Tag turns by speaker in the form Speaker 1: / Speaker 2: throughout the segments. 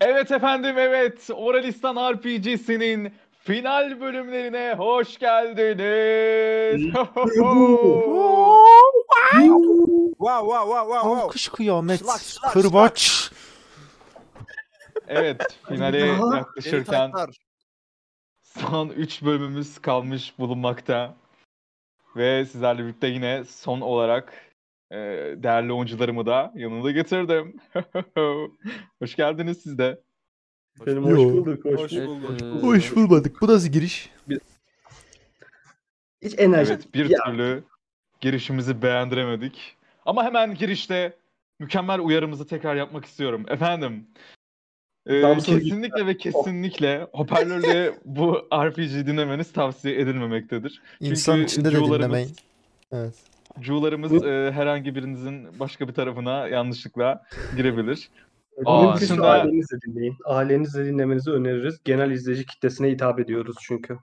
Speaker 1: Evet efendim evet Oralistan RPG'sinin final bölümlerine hoş geldiniz.
Speaker 2: Wow wow wow wow wow.
Speaker 3: Alkış kıyamet.
Speaker 2: Şılak, şılak,
Speaker 3: Kırbaç.
Speaker 1: evet finale
Speaker 2: Aha,
Speaker 1: yaklaşırken
Speaker 2: Detaylar.
Speaker 1: son 3 bölümümüz kalmış bulunmakta. Ve sizlerle birlikte yine son olarak e, değerli oyuncularımı da yanımda getirdim. hoş geldiniz siz de.
Speaker 4: Benim
Speaker 3: Yo.
Speaker 4: hoş bulduk, hoş,
Speaker 2: Hoş
Speaker 4: bulduk.
Speaker 2: bulduk.
Speaker 3: Hoş bulmadık. Bu nasıl giriş?
Speaker 4: Hiç enerji.
Speaker 1: Evet bir türlü girişimizi beğendiremedik. Ama hemen girişte mükemmel uyarımızı tekrar yapmak istiyorum. Efendim. e,
Speaker 4: Damsız
Speaker 1: kesinlikle ve kesinlikle hoparlörle bu RPG dinlemeniz tavsiye edilmemektedir.
Speaker 3: İnsan
Speaker 1: Çünkü
Speaker 3: içinde de
Speaker 1: cuğularımız-
Speaker 3: dinlemeyin. Evet.
Speaker 1: Cuğlarımız e, herhangi birinizin başka bir tarafına yanlışlıkla girebilir. Aa,
Speaker 4: Mümkünse
Speaker 1: aslında-
Speaker 4: ailenizle dinleyin. Ailenizle dinlemenizi öneririz. Genel izleyici kitlesine hitap ediyoruz çünkü.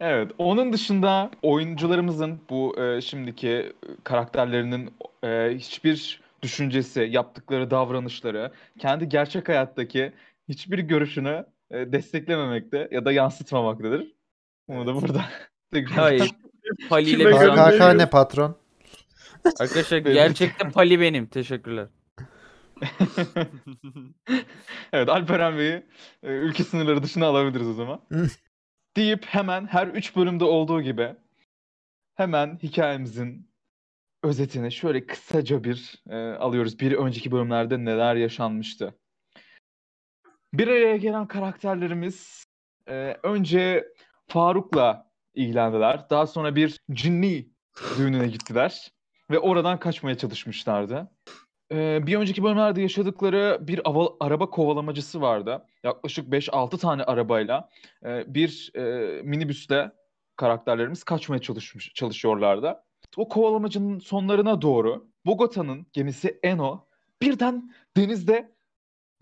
Speaker 1: Evet. Onun dışında oyuncularımızın bu e, şimdiki e, karakterlerinin e, hiçbir düşüncesi, yaptıkları davranışları, kendi gerçek hayattaki hiçbir görüşünü e, desteklememekte ya da yansıtmamaktadır. Bunu da burada tekrar
Speaker 5: Hayır. Pali ile
Speaker 4: Kime
Speaker 5: biz
Speaker 4: göre-
Speaker 5: anlaştık.
Speaker 3: KKK ne patron?
Speaker 5: Arkadaşlar
Speaker 1: Benim-
Speaker 5: gerçekten Pali benim. Teşekkürler.
Speaker 1: Evet Alperen Bey'i e, ülke sınırları dışına alabiliriz o zaman.
Speaker 3: Hı.
Speaker 1: Deyip hemen her 3 bölümde olduğu gibi hemen hikayemizin özetini şöyle kısaca bir e, alıyoruz. Bir önceki bölümlerde neler yaşanmıştı. Bir araya gelen karakterlerimiz e, önce Faruk'la ilgilendiler. Daha sonra bir cinni düğününe gittiler ve oradan kaçmaya çalışmışlardı. Ee, bir önceki bölümlerde yaşadıkları bir ava- araba kovalamacısı vardı. Yaklaşık 5-6 tane arabayla e, bir e, minibüsle karakterlerimiz kaçmaya çalışmış çalışıyorlardı. O kovalamacının sonlarına doğru Bogota'nın gemisi Eno birden denizde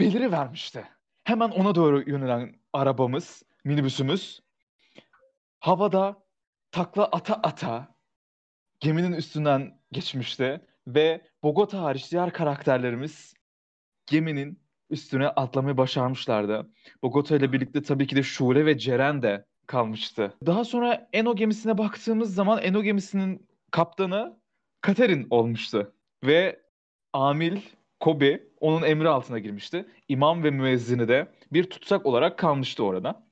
Speaker 1: beliri vermişti. Hemen ona doğru yönelen arabamız, minibüsümüz havada takla ata ata geminin üstünden geçmişti ve Bogota hariç diğer karakterlerimiz geminin üstüne atlamayı başarmışlardı. Bogota ile birlikte tabii ki de Şule ve Ceren de kalmıştı. Daha sonra Eno gemisine baktığımız zaman Eno gemisinin kaptanı Katerin olmuştu. Ve Amil Kobe onun emri altına girmişti. İmam ve müezzini de bir tutsak olarak kalmıştı orada.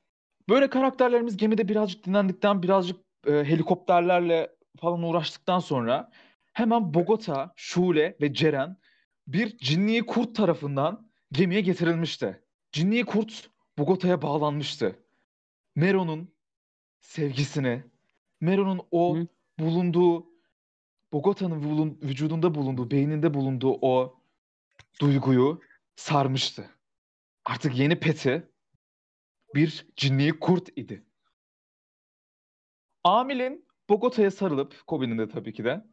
Speaker 1: Böyle karakterlerimiz gemide birazcık dinlendikten, birazcık e, helikopterlerle falan uğraştıktan sonra hemen Bogota, Şule ve Ceren bir cinni kurt tarafından gemiye getirilmişti. Cinni kurt Bogota'ya bağlanmıştı. Mero'nun sevgisini, Mero'nun o
Speaker 5: Hı.
Speaker 1: bulunduğu Bogota'nın bulun- vücudunda bulunduğu, beyninde bulunduğu o duyguyu sarmıştı. Artık yeni peti bir cinni kurt idi. Amil'in Bogota'ya sarılıp, Kobe'nin de tabii ki de,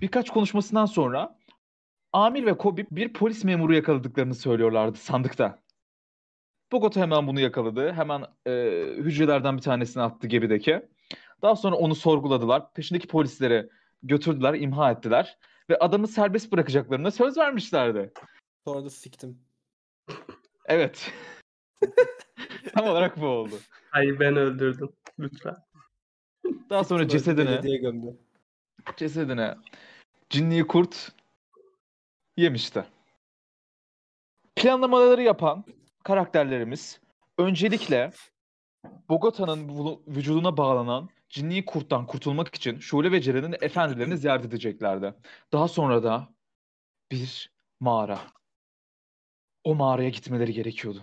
Speaker 1: birkaç konuşmasından sonra Amil ve Kobe bir polis memuru yakaladıklarını söylüyorlardı sandıkta. Bogota hemen bunu yakaladı. Hemen e, hücrelerden bir tanesini attı gemideki. Daha sonra onu sorguladılar. Peşindeki polisleri götürdüler, imha ettiler. Ve adamı serbest bırakacaklarına söz vermişlerdi.
Speaker 6: Sonra da siktim.
Speaker 1: Evet. Tam olarak bu oldu.
Speaker 4: Hayır ben öldürdüm. Lütfen.
Speaker 1: Daha sonra
Speaker 6: Sonra
Speaker 1: cesedini
Speaker 6: Belediye gömdü.
Speaker 1: cesedine cinli kurt yemişti. Planlamaları yapan karakterlerimiz öncelikle Bogota'nın vulu- vücuduna bağlanan cinli kurttan kurtulmak için Şule ve Ceren'in efendilerini ziyaret edeceklerdi. Daha sonra da bir mağara. O mağaraya gitmeleri gerekiyordu.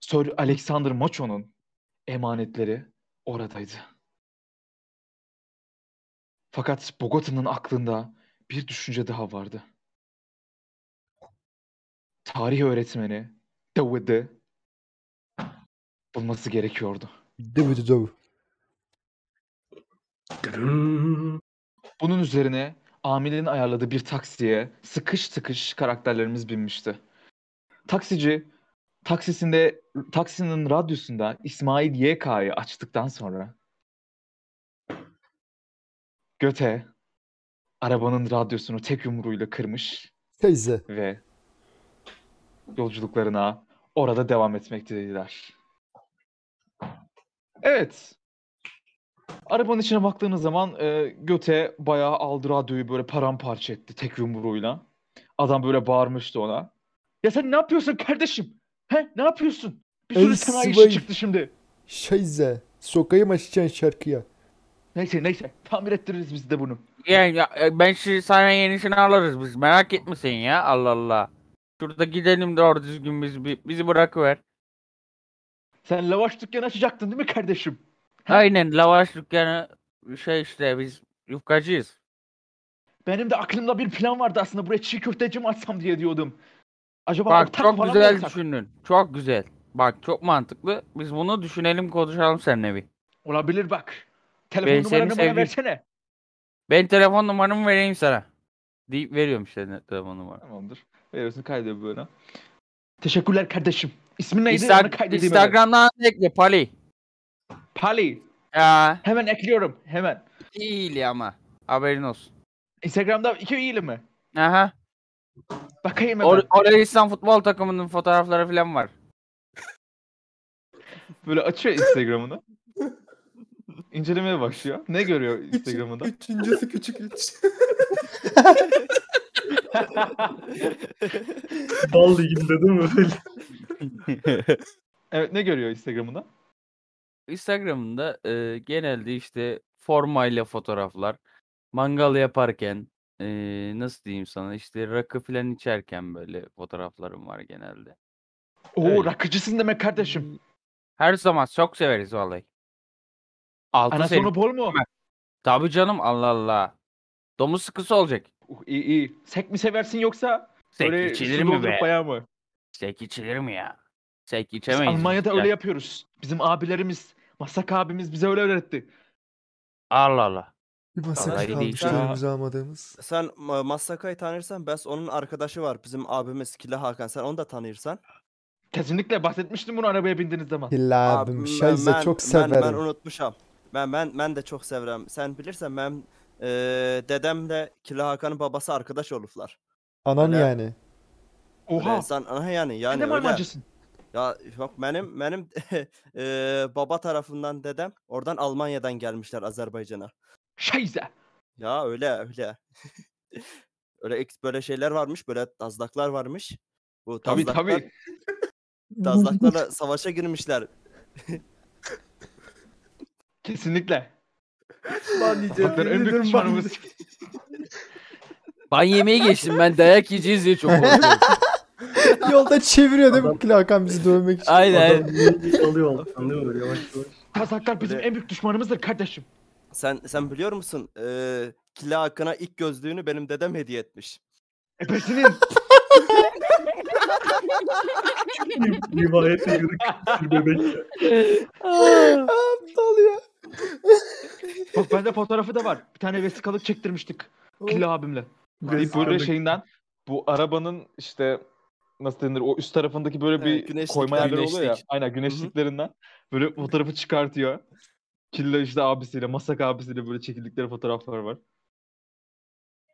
Speaker 1: Sir Alexander Macho'nun emanetleri oradaydı. Fakat Bogota'nın aklında bir düşünce daha vardı. Tarih öğretmeni David'i bulması gerekiyordu.
Speaker 3: Dövüdü dövü.
Speaker 4: Dırın.
Speaker 1: Bunun üzerine Amil'in ayarladığı bir taksiye sıkış tıkış karakterlerimiz binmişti. Taksici taksisinde taksinin radyosunda İsmail YK'yı açtıktan sonra Göte arabanın radyosunu tek yumruğuyla kırmış
Speaker 3: Teyze.
Speaker 1: ve yolculuklarına orada devam etmekteydiler. Evet. Arabanın içine baktığınız zaman e, göte bayağı aldı radyoyu böyle paramparça etti tek yumruğuyla. Adam böyle bağırmıştı ona. Ya sen ne yapıyorsun kardeşim? He ne yapıyorsun? Bir
Speaker 3: Ey
Speaker 1: sürü sanayi
Speaker 3: sıvay.
Speaker 1: işi çıktı şimdi.
Speaker 3: Şeyze. Sokayım açacaksın şarkıya.
Speaker 1: Neyse neyse tamir ettiririz biz de bunu.
Speaker 5: Yani ya, e, ben şimdi sana yenisini alırız biz. Merak etme sen ya. Allah Allah. Şurada gidelim doğru düzgün biz. bi- Bizi bırakıver.
Speaker 1: Sen lavaş dükkanı açacaktın değil mi kardeşim?
Speaker 5: Aynen lavaş dükkanı şey işte biz yufkacıyız.
Speaker 1: Benim de aklımda bir plan vardı aslında buraya çiğ köfteci mi açsam diye diyordum. Acaba
Speaker 5: Bak
Speaker 1: ortak
Speaker 5: çok
Speaker 1: falan mı
Speaker 5: güzel
Speaker 1: yapsak?
Speaker 5: düşündün. Çok güzel. Bak çok mantıklı. Biz bunu düşünelim konuşalım seninle bir.
Speaker 1: Olabilir bak. Telefon
Speaker 5: Ben seni
Speaker 1: numaranı bana
Speaker 5: sevdim.
Speaker 1: versene.
Speaker 5: Ben telefon numaramı vereyim sana. Deyip veriyorum işte ne- telefon numaramı.
Speaker 1: Tamamdır. Veriyorsun kaydediyor böyle. Teşekkürler kardeşim. İsmin neydi?
Speaker 5: İsta-
Speaker 1: Onu kaydedeyim hemen.
Speaker 5: Instagram'dan ekle Pali.
Speaker 1: Pali.
Speaker 5: Ya
Speaker 1: Hemen ekliyorum. Hemen.
Speaker 5: değil ama. Haberin olsun.
Speaker 1: Instagram'da iki iyili mi?
Speaker 5: Aha.
Speaker 1: Bakayım hemen.
Speaker 5: Or orada İslam futbol takımının fotoğrafları falan var.
Speaker 1: Böyle açıyor Instagram'ını. İncelemeye başlıyor. Ne görüyor Instagram'ında?
Speaker 6: Üçüncüsü küçük üç.
Speaker 4: Bal liginde değil mi? Öyle.
Speaker 1: Evet ne görüyor Instagram'ında?
Speaker 5: Instagram'da e, genelde işte formayla fotoğraflar, mangal yaparken, e, nasıl diyeyim sana işte rakı falan içerken böyle fotoğraflarım var genelde.
Speaker 1: Oo
Speaker 5: Evet.
Speaker 1: rakıcısın demek kardeşim.
Speaker 5: Her zaman çok severiz vallahi. Altı
Speaker 1: Ana
Speaker 5: senin-
Speaker 1: sonu bol mu?
Speaker 5: Tabii canım Allah Allah. Domuz sıkısı olacak.
Speaker 1: Uh, iyi iyi. Sek mi seversin yoksa?
Speaker 5: Sek
Speaker 1: böyle
Speaker 5: içilir
Speaker 1: su
Speaker 5: mi
Speaker 1: doldurup
Speaker 5: be?
Speaker 1: bayağı mı?
Speaker 5: Sek içilir mi ya? Sek
Speaker 1: Biz
Speaker 5: içemeyiz. biz
Speaker 1: Almanya'da
Speaker 5: ya.
Speaker 1: öyle yapıyoruz. Bizim abilerimiz, Masak abimiz bize öyle öğretti.
Speaker 5: Allah Allah.
Speaker 3: Bir masaj
Speaker 5: Vallahi
Speaker 3: kalmış
Speaker 5: değişik.
Speaker 3: elimize almadığımız.
Speaker 6: Sen e, Massaka'yı tanırsan Bes onun arkadaşı var. Bizim abimiz Kila Hakan. Sen onu da tanırsan.
Speaker 1: Kesinlikle bahsetmiştim bunu arabaya bindiğiniz zaman.
Speaker 3: Hilabim şeyze
Speaker 6: ben-
Speaker 3: çok
Speaker 6: Ben, ben
Speaker 3: severim.
Speaker 6: unutmuşam. Ben ben ben de çok severim. Sen bilirsen ben e, dedemle Kila Hakan'ın babası arkadaş olurlar.
Speaker 3: Anan
Speaker 6: Öyle.
Speaker 3: yani.
Speaker 6: Öyle
Speaker 1: Oha.
Speaker 6: sen aha yani
Speaker 1: Yani
Speaker 6: yani
Speaker 1: ne
Speaker 6: öyle.
Speaker 1: Almancısın?
Speaker 6: Ya yok benim benim e, baba tarafından dedem oradan Almanya'dan gelmişler Azerbaycan'a.
Speaker 1: Şeyze.
Speaker 6: Ya öyle öyle. öyle ek- böyle şeyler varmış, böyle tazlaklar varmış. Bu
Speaker 1: Tabii
Speaker 6: tazlaklar,
Speaker 1: tabii.
Speaker 6: tazlaklarla savaşa girmişler.
Speaker 1: Kesinlikle.
Speaker 2: Lan diyeceğim.
Speaker 1: Tazlakların en
Speaker 2: yemin
Speaker 1: büyük
Speaker 2: ederim
Speaker 1: düşmanımız.
Speaker 2: bak-
Speaker 5: Ben yemeği geçtim ben dayak yiyeceğiz diye çok korkuyorum.
Speaker 3: Yolda çeviriyor değil mi? Hakan bizi dövmek için.
Speaker 5: Aynen.
Speaker 4: Adam yemeği alıyor alttan değil mi? Böyle yavaş yavaş.
Speaker 1: Kazaklar bizim
Speaker 6: Öyle.
Speaker 1: en büyük düşmanımızdır kardeşim.
Speaker 6: Sen sen biliyor musun? Ee, Killa Hakan'a ilk gözlüğünü benim dedem hediye etmiş.
Speaker 1: Ebesinin.
Speaker 4: Rivayete göre bir bebek.
Speaker 3: Aptal ya.
Speaker 1: Bak bende fotoğrafı da var. Bir tane vesikalık çektirmiştik.
Speaker 6: Oh.
Speaker 1: Killa abimle. Deyip böyle
Speaker 4: Vesikalık.
Speaker 1: şeyinden bu arabanın işte nasıl denir o üst tarafındaki böyle
Speaker 6: Evet,
Speaker 1: bir
Speaker 6: güneşlik,
Speaker 1: koyma yerleri oluyor ya.
Speaker 6: güneşlik.
Speaker 1: Aynen güneşliklerinden. Böyle fotoğrafı çıkartıyor. Killa işte abisiyle, Masak abisiyle böyle çekildikleri fotoğraflar var.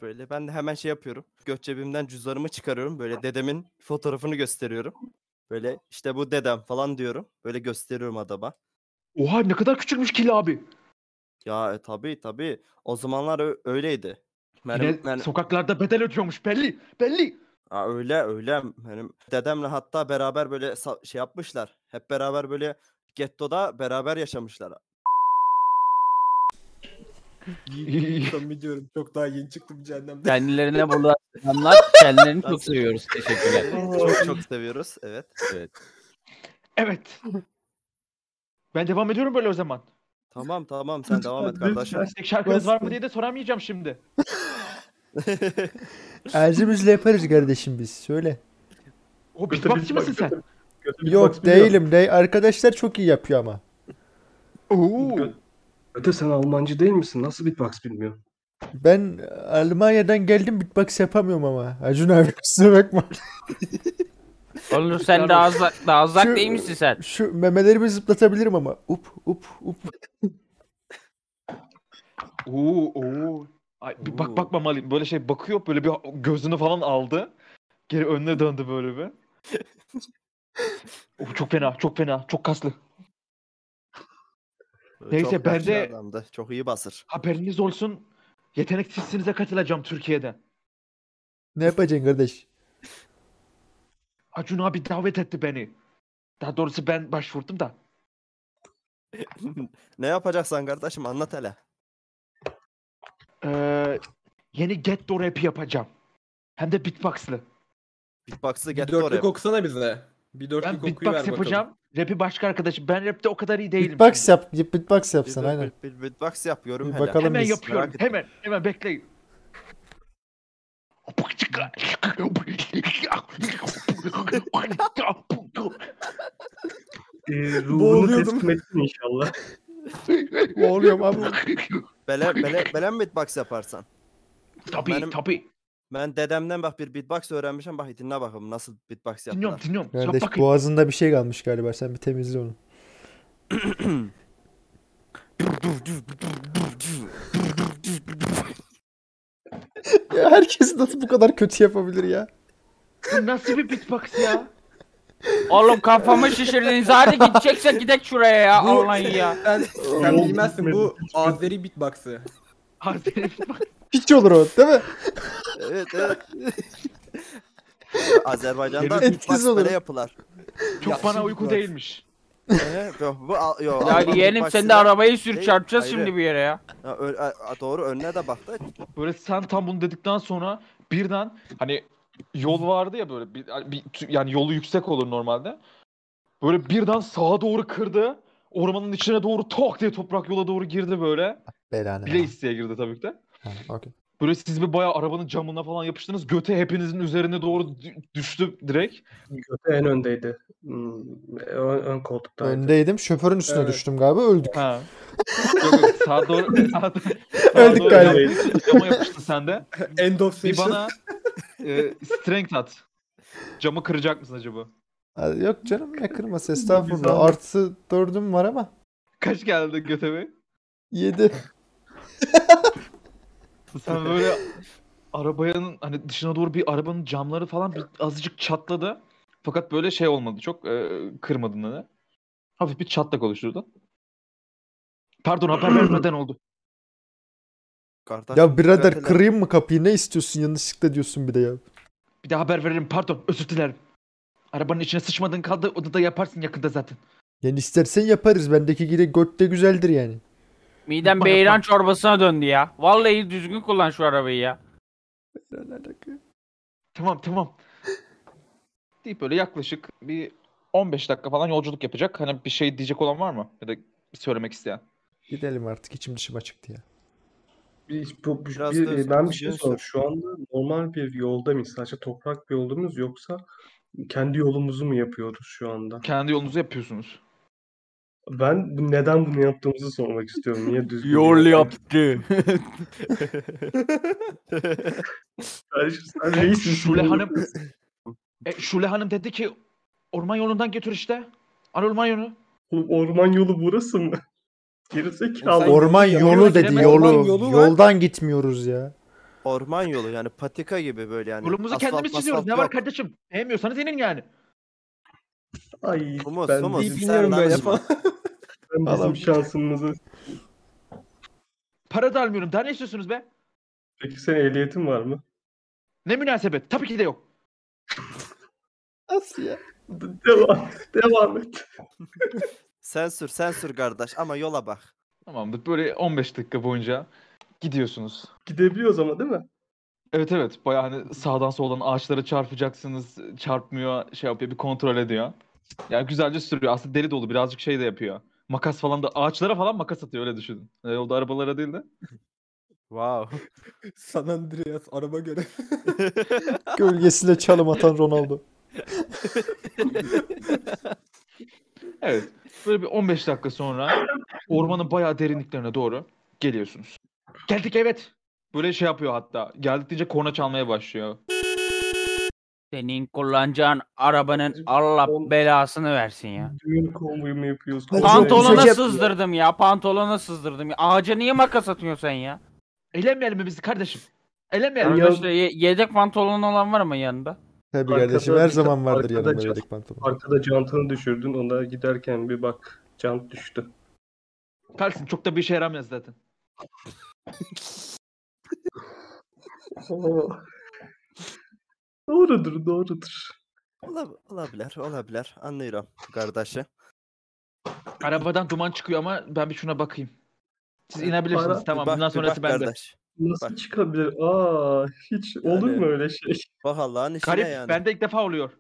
Speaker 6: Böyle ben de hemen şey yapıyorum. Göt cebimden cüzdanımı çıkarıyorum. Böyle dedemin fotoğrafını gösteriyorum. Böyle işte bu dedem falan diyorum. Böyle gösteriyorum adama.
Speaker 1: Oha ne kadar küçükmüş Killa abi.
Speaker 6: Ya e, tabii tabii. O zamanlar ö- öyleydi. Benim,
Speaker 1: Yine
Speaker 6: Hani ben-
Speaker 1: sokaklarda bedel ödüyormuş belli. Belli.
Speaker 6: Aa, öyle öyle. Benim dedemle hatta beraber böyle sa- şey yapmışlar. Hep beraber böyle gettoda beraber yaşamışlar.
Speaker 2: Utanmıyorum. Çok daha yeni çıktım cehennemden.
Speaker 5: Kendilerine buradan selamlar. Kendilerini çok seviyoruz. Teşekkürler.
Speaker 6: çok çok seviyoruz. Evet.
Speaker 1: Evet. Ben devam ediyorum böyle o zaman.
Speaker 6: Tamam tamam sen devam et
Speaker 4: Lütfen,
Speaker 6: kardeşim.
Speaker 1: Tek şarkınız var mı
Speaker 3: Bastı.
Speaker 1: diye de soramayacağım şimdi.
Speaker 3: Erzimizle yaparız kardeşim biz. Söyle.
Speaker 1: O
Speaker 4: Götür
Speaker 1: beatboxçı
Speaker 4: bizi
Speaker 1: mısın sen?
Speaker 4: bak, Götü bir
Speaker 3: Yok
Speaker 4: bak biliyor.
Speaker 3: değilim. Dey arkadaşlar çok iyi yapıyor ama.
Speaker 1: Oo.
Speaker 4: Gö- Öte sen Almancı değil misin? Nasıl beatbox bilmiyor?
Speaker 3: Ben Almanya'dan geldim beatbox yapamıyorum ama. Acun abi kusura bakma.
Speaker 5: Olur sen daha uzak, daha uzak
Speaker 3: Şu-
Speaker 5: değil misin sen?
Speaker 3: Şu memelerimi zıplatabilirim ama. Up up up.
Speaker 1: Oo, oo. Ay, bir bak
Speaker 6: Oo.
Speaker 1: bakmamalıyım. Böyle şey bakıyor böyle bir gözünü falan aldı. Geri önüne döndü böyle bir. Oh, çok fena, çok fena, çok kaslı.
Speaker 6: Böyle
Speaker 1: Neyse,
Speaker 6: çok yaşlı
Speaker 1: bence-
Speaker 6: adamdı, Çok iyi basır.
Speaker 1: Haberiniz olsun. Yeteneksizsinize katılacağım Türkiye'den.
Speaker 3: Ne yapacaksın kardeş?
Speaker 1: Acun abi davet etti beni. Daha doğrusu ben başvurdum da.
Speaker 6: ne yapacaksan kardeşim anlat hele.
Speaker 1: Ee, yeni Getto rap yapacağım. Hem de beatbox'lı.
Speaker 6: Beatbox'ı
Speaker 2: Bir
Speaker 6: get oraya.
Speaker 2: dörtlük okusana bize. Bir
Speaker 1: Ben
Speaker 2: dörtlük okuyu ver
Speaker 1: beatbox
Speaker 2: bakalım.
Speaker 1: yapacağım. Rapi başka arkadaşım. Ben rapte o kadar iyi değilim.
Speaker 3: Beatbox
Speaker 1: şimdi.
Speaker 3: yap, beatbox
Speaker 6: Bir-
Speaker 3: yapsan
Speaker 6: bir-
Speaker 3: aynen.
Speaker 6: bir- bir Beatbox yap yorum
Speaker 3: Bir
Speaker 6: hele.
Speaker 3: bakalım.
Speaker 1: Hemen
Speaker 3: biz,
Speaker 1: yapıyorum.
Speaker 6: merak etme.
Speaker 1: Hemen. Hemen bekleyin.
Speaker 4: Ee, ruhunu
Speaker 2: Boğuluyordum.
Speaker 4: teslim ettin inşallah.
Speaker 3: Boğuluyorum abi.
Speaker 6: Bele, bele, belen beatbox yaparsan.
Speaker 1: Tabii
Speaker 6: Benim-
Speaker 1: tabii.
Speaker 6: Ben dedemden bak bir beatbox öğrenmişim. Bak dinle bakayım nasıl beatbox
Speaker 1: Dinliyorum
Speaker 6: yaptılar.
Speaker 1: dinliyorum. Sonra
Speaker 3: Kardeş
Speaker 1: bakın.
Speaker 3: boğazında bir şey kalmış galiba. Sen bir temizle onu. ya herkes nasıl bu kadar kötü yapabilir ya?
Speaker 1: Bu nasıl bir beatbox ya?
Speaker 5: Oğlum kafamı şişirdiniz. Hadi gidecekse gidek şuraya ya.
Speaker 2: Bu-
Speaker 5: Allah'ın ya.
Speaker 2: Sen, sen
Speaker 4: Oğlum,
Speaker 2: bilmezsin bu Azeri beatbox'ı.
Speaker 1: Hazreti
Speaker 3: Hiç olur o değil mi?
Speaker 6: evet evet. Azerbaycan'da
Speaker 3: Etkisiz
Speaker 6: beatbox
Speaker 3: olurum.
Speaker 6: böyle yapılar.
Speaker 1: çok bana uyku
Speaker 6: beatbox.
Speaker 1: değilmiş.
Speaker 6: Ee, yo, bu, al- yo,
Speaker 5: Ya
Speaker 6: Alman
Speaker 5: yeğenim
Speaker 6: beatbox'ı
Speaker 5: sen de
Speaker 6: da-
Speaker 5: arabayı sür
Speaker 6: Değil,
Speaker 5: çarpacağız
Speaker 6: ayrı.
Speaker 5: şimdi bir yere ya.
Speaker 6: Ya, ö- a- doğru önüne de bak da.
Speaker 1: Böyle sen tam bunu dedikten sonra birden hani yol vardı ya böyle bir, bir tü- yani yolu yüksek olur normalde. Böyle birden sağa doğru kırdı. Ormanın içine doğru tak diye toprak yola doğru girdi böyle.
Speaker 3: Belanı.
Speaker 1: Bile isteye girdi tabii ki de.
Speaker 3: Ha, okey.
Speaker 1: Böyle siz bir bayağı arabanın camına falan yapıştınız. Göte hepinizin üzerine doğru dü- düştü direkt.
Speaker 4: Göte en öndeydi. Hmm, Ön, ön koltukta.
Speaker 3: Öndeydim. Şoförün üstüne
Speaker 2: Evet.
Speaker 3: düştüm galiba. Öldük.
Speaker 1: Ha. Yok yok sağa doğru. Sağa, doğru- sağa
Speaker 3: Öldük
Speaker 1: doğru
Speaker 3: galiba.
Speaker 1: yaptın, Cama yapıştı sende.
Speaker 2: End of
Speaker 1: Bir
Speaker 2: session.
Speaker 1: bana e, strength at. Camı kıracak mısın acaba?
Speaker 3: Ha, Yok canım ne kırması estağfurullah.
Speaker 4: Güzel.
Speaker 3: Artı dördüm var ama.
Speaker 1: Kaç geldi göte be?
Speaker 3: Yedi.
Speaker 1: Sen böyle arabanın hani dışına doğru bir arabanın camları falan bir azıcık çatladı. Fakat böyle şey olmadı çok e, kırmadın da. Hafif bir çatlak oluşturdu. Pardon haber vermeden oldu.
Speaker 6: Kardeşim,
Speaker 3: Ya birader
Speaker 6: göteler-
Speaker 3: kırayım mı kapıyı ne istiyorsun yanlışlıkla diyorsun bir de ya.
Speaker 1: Bir daha haber veririm pardon özür dilerim. Arabanın içine sıçmadın kaldı onu da yaparsın yakında zaten.
Speaker 3: Yani istersen yaparız. Bendeki gire göt de güzeldir yani.
Speaker 5: Midem
Speaker 1: Yapma,
Speaker 5: beyran
Speaker 1: yapma.
Speaker 5: çorbasına döndü ya. Vallahi düzgün kullan şu arabayı ya.
Speaker 1: Tamam tamam. Deyip böyle yaklaşık bir 15 dakika falan yolculuk yapacak. Hani bir şey diyecek olan var mı? Ya da söylemek isteyen.
Speaker 3: Gidelim artık içim dışım açıktı ya.
Speaker 4: Bir, bu, bu-
Speaker 6: Biraz
Speaker 4: bir-
Speaker 6: da
Speaker 4: e, ben bir şey
Speaker 6: üzgün
Speaker 4: sorayım. Şu anda normal bir yolda mıyız? Sadece toprak bir yolda mıyız yoksa kendi yolumuzu mu yapıyoruz şu anda?
Speaker 1: Kendi yolunuzu yapıyorsunuz.
Speaker 4: Ben bu- neden bunu yaptığımızı sormak istiyorum. Niye düzgün bir yol-
Speaker 5: yaptı.
Speaker 4: Sen, sen reisin.
Speaker 1: Şule Hanım e, Şule Hanım dedi ki orman yolundan götür işte. Al orman yolu.
Speaker 4: Oğlum, Orman yolu burası mı? Gerizekalı.
Speaker 2: Oğlum,
Speaker 3: Orman
Speaker 2: yolu
Speaker 3: yolu
Speaker 2: yok,
Speaker 3: dedi
Speaker 1: hemen
Speaker 3: yolu.
Speaker 2: orman yolu var.
Speaker 3: Yoldan gitmiyoruz ya.
Speaker 6: Orman yolu yani patika gibi böyle yani.
Speaker 1: Yolumuzu
Speaker 6: Asfalt,
Speaker 1: kendimiz çiziyoruz.
Speaker 6: masfalt
Speaker 1: Ne var
Speaker 6: yok.
Speaker 1: kardeşim? Beğenmiyorsanız inin yani.
Speaker 4: Ay,
Speaker 6: Humus,
Speaker 4: ben
Speaker 6: humus.
Speaker 4: bizim,
Speaker 2: Bir
Speaker 6: Sen
Speaker 2: biniyorum böyle
Speaker 6: danışma.
Speaker 2: falan.
Speaker 4: ben bizim şansımızı.
Speaker 1: Para da almıyorum. Daha ne istiyorsunuz be?
Speaker 4: Peki senin ehliyetin var mı?
Speaker 1: Ne münasebet? Tabii ki de yok.
Speaker 3: Nasıl ya?
Speaker 4: Devam, devam et.
Speaker 6: Sen sür sen sür kardeş ama yola bak.
Speaker 1: Tamamdır. Böyle 15 dakika boyunca gidiyorsunuz.
Speaker 4: Gidebiliyoruz ama değil mi?
Speaker 1: Evet evet. Bayağı hani sağdan soldan ağaçlara çarpacaksınız. Çarpmıyor şey yapıyor bir kontrol ediyor. Yani güzelce sürüyor. Aslında deli dolu birazcık şey de yapıyor. Makas falan da ağaçlara falan makas atıyor öyle düşünün. E, yolda arabalara değil de.
Speaker 6: Wow.
Speaker 2: San Andreas araba göre.
Speaker 3: Gölgesine çalım atan Ronaldo.
Speaker 1: Evet. Böyle bir 15 dakika sonra ormanın bayağı derinliklerine doğru geliyorsunuz. Geldik evet. Böyle şey yapıyor hatta. Geldik deyince korna çalmaya başlıyor.
Speaker 5: Senin kullanacağın arabanın Allah belasını versin ya.
Speaker 4: Düğün konvoyu mu yapıyoruz?
Speaker 3: Hadi
Speaker 4: Konvoy mu
Speaker 3: Pantolon-
Speaker 5: Pantolona
Speaker 3: Üzücü yapıyor.
Speaker 5: sızdırdım ya. Pantolona sızdırdım ya. Ağaca niye makas atıyorsun sen ya?
Speaker 1: Eğlenmeyelim mi bizi kardeşim? Eğlenmeyelim.
Speaker 4: Yani
Speaker 5: Arkadaşlar ye- yedek pantolon olan var mı yanında?
Speaker 3: Tabii
Speaker 4: Arkada
Speaker 3: kardeşim her
Speaker 4: bir-
Speaker 3: zaman vardır
Speaker 4: arkada
Speaker 3: yanımda
Speaker 4: can-
Speaker 3: yedek pantolon.
Speaker 4: Arkada cantını düşürdün. Ona giderken bir bak cant düştü.
Speaker 1: Kalsın çok da bir işe yaramıyor zaten.
Speaker 4: Oo. doğrudur, doğrudur.
Speaker 6: Olab- olabilir, olabilir. Anlıyorum kardeşi.
Speaker 1: Arabadan duman çıkıyor ama ben bir şuna bakayım. Siz
Speaker 4: Para-
Speaker 1: inebilirsiniz
Speaker 4: bir
Speaker 1: tamam
Speaker 6: Bir bak-
Speaker 1: bundan
Speaker 6: bir
Speaker 1: sonrası
Speaker 6: bak
Speaker 1: bende.
Speaker 6: kardeş.
Speaker 4: Nasıl
Speaker 6: Bak.
Speaker 4: çıkabilir? Aa, hiç olur
Speaker 6: Yani-
Speaker 4: mu öyle şey?
Speaker 6: Bak Allah'ın işine
Speaker 1: Garip
Speaker 6: yani.
Speaker 1: bende ilk defa oluyor.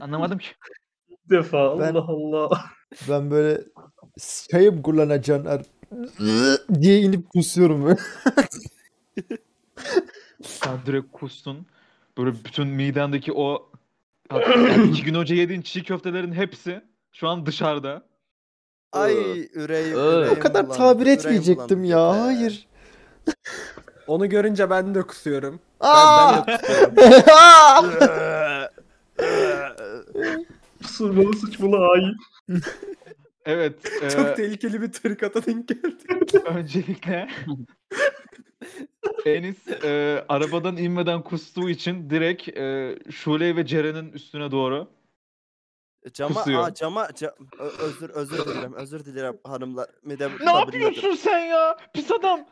Speaker 1: Anlamadım ki.
Speaker 4: Bir defa.
Speaker 3: Ben-
Speaker 4: Allah Allah.
Speaker 3: Ben böyle çayım kullanacaksın ar- diye inip kusuyorum böyle.
Speaker 1: Sen direkt kustun. Böyle bütün midendeki o yani iki gün önce yediğin çiğ köftelerin hepsi şu an dışarıda.
Speaker 6: Ay üreğim,
Speaker 5: Iı.
Speaker 6: üreğim
Speaker 3: O kadar
Speaker 6: bulandı,
Speaker 3: tabir
Speaker 6: üreğim
Speaker 3: etmeyecektim
Speaker 6: bulandı
Speaker 3: ya.
Speaker 2: Ee,
Speaker 6: be.
Speaker 3: Hayır.
Speaker 2: Onu görünce ben de kusuyorum.
Speaker 3: Aa!
Speaker 6: Ben, ben de
Speaker 4: Kusurmalı suçmalı hain.
Speaker 1: Evet. e,
Speaker 2: Çok tehlikeli bir tarikata denk geldi.
Speaker 1: öncelikle Enis e, arabadan inmeden kustuğu için direkt e, Şule ve Ceren'in üstüne doğru.
Speaker 6: Cama,
Speaker 1: Kusuyor.
Speaker 6: aa, cama, ca- Ö- özür, özür dilerim, özür dilerim hanımlar. Midem
Speaker 1: Ne
Speaker 6: tutabilmedim.
Speaker 1: yapıyorsun sen ya? Pis adam.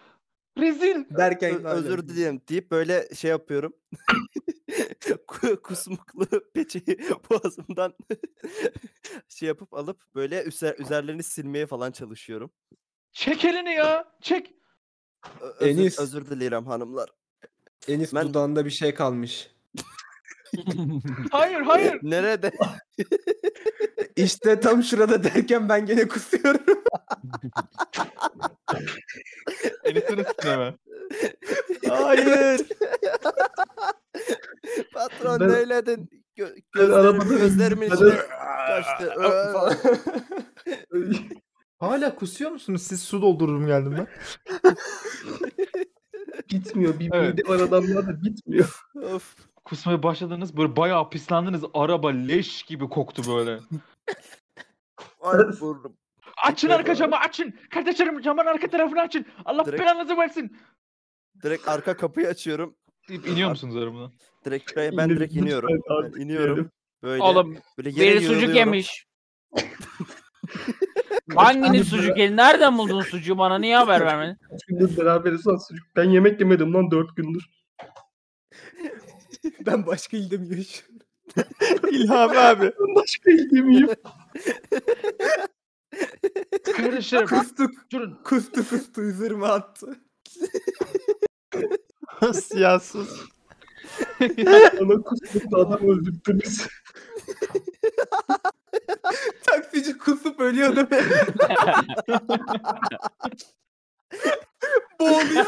Speaker 1: Rezil.
Speaker 2: Derken
Speaker 6: Ö- özür dilerim deyip böyle şey yapıyorum. Ku- Kusmuklu peçeyi boğazımdan şey yapıp alıp böyle üzer, üzerlerini silmeye falan çalışıyorum.
Speaker 1: Çek elini ya. Çek.
Speaker 6: Ö- özür-
Speaker 2: Enis.
Speaker 6: özür dilerim hanımlar.
Speaker 2: Enis
Speaker 6: Ben-
Speaker 2: dudağında bir şey kalmış.
Speaker 1: Hayır hayır.
Speaker 6: Nerede?
Speaker 2: İşte tam şurada derken ben gene kusuyorum.
Speaker 1: Enis'in üstüne mi?
Speaker 6: Hayır. Patron
Speaker 4: Ben-
Speaker 6: neyledin? Gö-
Speaker 4: Ben
Speaker 6: gözlerim-
Speaker 4: arabada-
Speaker 6: gözlerimin
Speaker 4: Ben-
Speaker 6: içine kaçtı. Ö-
Speaker 3: Hala kusuyor musunuz? Siz su doldururum geldim ben.
Speaker 4: Gitmiyor. Bir
Speaker 1: Evet.
Speaker 4: mide var adamlarda bitmiyor.
Speaker 6: Of.
Speaker 1: Kusmaya başladınız böyle bayağı pislendiniz. Araba leş gibi koktu böyle.
Speaker 6: Ay
Speaker 4: Ben-
Speaker 6: burnum.
Speaker 1: Açın arka camı açın. Kardeşlerim camın arka tarafını açın. Allah
Speaker 6: Direkt-
Speaker 1: belanızı versin.
Speaker 6: Direkt arka kapıyı açıyorum.
Speaker 1: Deyip iniyor musunuz arabadan?
Speaker 6: Direkt şuraya E, ben direkt
Speaker 4: İndirin
Speaker 6: iniyorum.
Speaker 4: lütfen
Speaker 6: Ben
Speaker 4: artık
Speaker 6: iniyorum.
Speaker 4: yani.
Speaker 6: Böyle,
Speaker 5: Oğlum
Speaker 6: böyle yere
Speaker 5: biri sucuk
Speaker 6: yığılıyorum.
Speaker 5: yemiş. Hanginiz sucuk yedi? Nereden buldun sucuğu bana? Niye haber vermedin?
Speaker 4: Üç gündür beraberiz lan sucuk. Ben yemek yemedim lan dört gündür.
Speaker 2: ben başka ilde mi yaşıyorum?
Speaker 3: İlhami abi.
Speaker 4: Ben başka ilgimiyim.
Speaker 1: Kardeşlerim
Speaker 2: Kustuk,
Speaker 1: durun.
Speaker 2: kustu kustu üzerime attı.
Speaker 3: Siyahsız.
Speaker 4: Bana kusmuklu adam öldürdünüz.
Speaker 2: Taksici kusup ölüyordu be. Boğuluyor.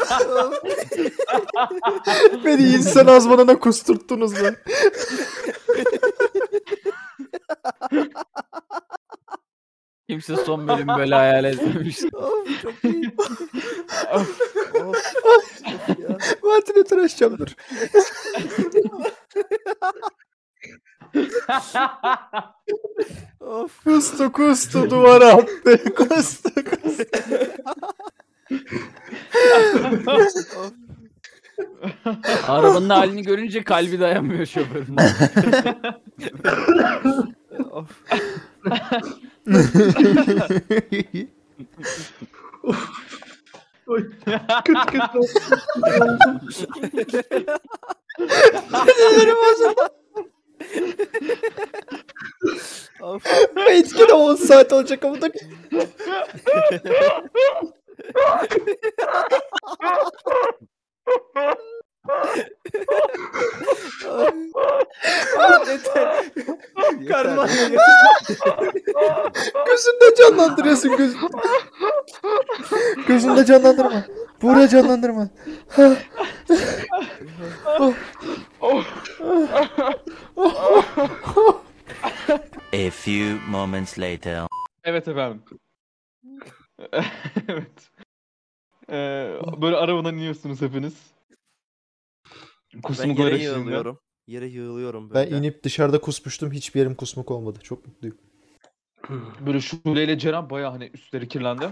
Speaker 3: Beni insan azmanına kusturttunuz lan.
Speaker 5: Kimse son bölüm böyle hayal etmemiş.
Speaker 6: Of çok iyi. of. Of. ya.
Speaker 3: Vatine tıraşacağım dur.
Speaker 6: Of.
Speaker 3: Kustu kustu duvara attı. Kustu kustu.
Speaker 6: Of.
Speaker 5: Arabanın halini görünce kalbi dayanmıyor şoförün.
Speaker 6: Of.
Speaker 4: Ay, Kıt kıt oldu.
Speaker 6: Of.
Speaker 3: İçki de 10 saat olacak ama da.
Speaker 2: Yeter.
Speaker 6: Yeter.
Speaker 2: Karnım ağrıyor.
Speaker 3: Gözünde canlandırıyorsun göz. Gözünde canlandırma. Buraya canlandırma.
Speaker 7: A few moments later.
Speaker 1: Evet efendim. evet. Ee, böyle arabadan iniyorsunuz hepiniz.
Speaker 6: Ben
Speaker 1: Kusumu
Speaker 6: yere
Speaker 1: garip şimdi.
Speaker 6: yığılıyorum. Yere yığılıyorum
Speaker 3: Ben
Speaker 6: böyle.
Speaker 3: inip dışarıda kusmuştum. Hiçbir yerim kusmuk olmadı. Çok mutluyum.
Speaker 1: Böyle Şule ile Ceren baya hani üstleri kirlendi.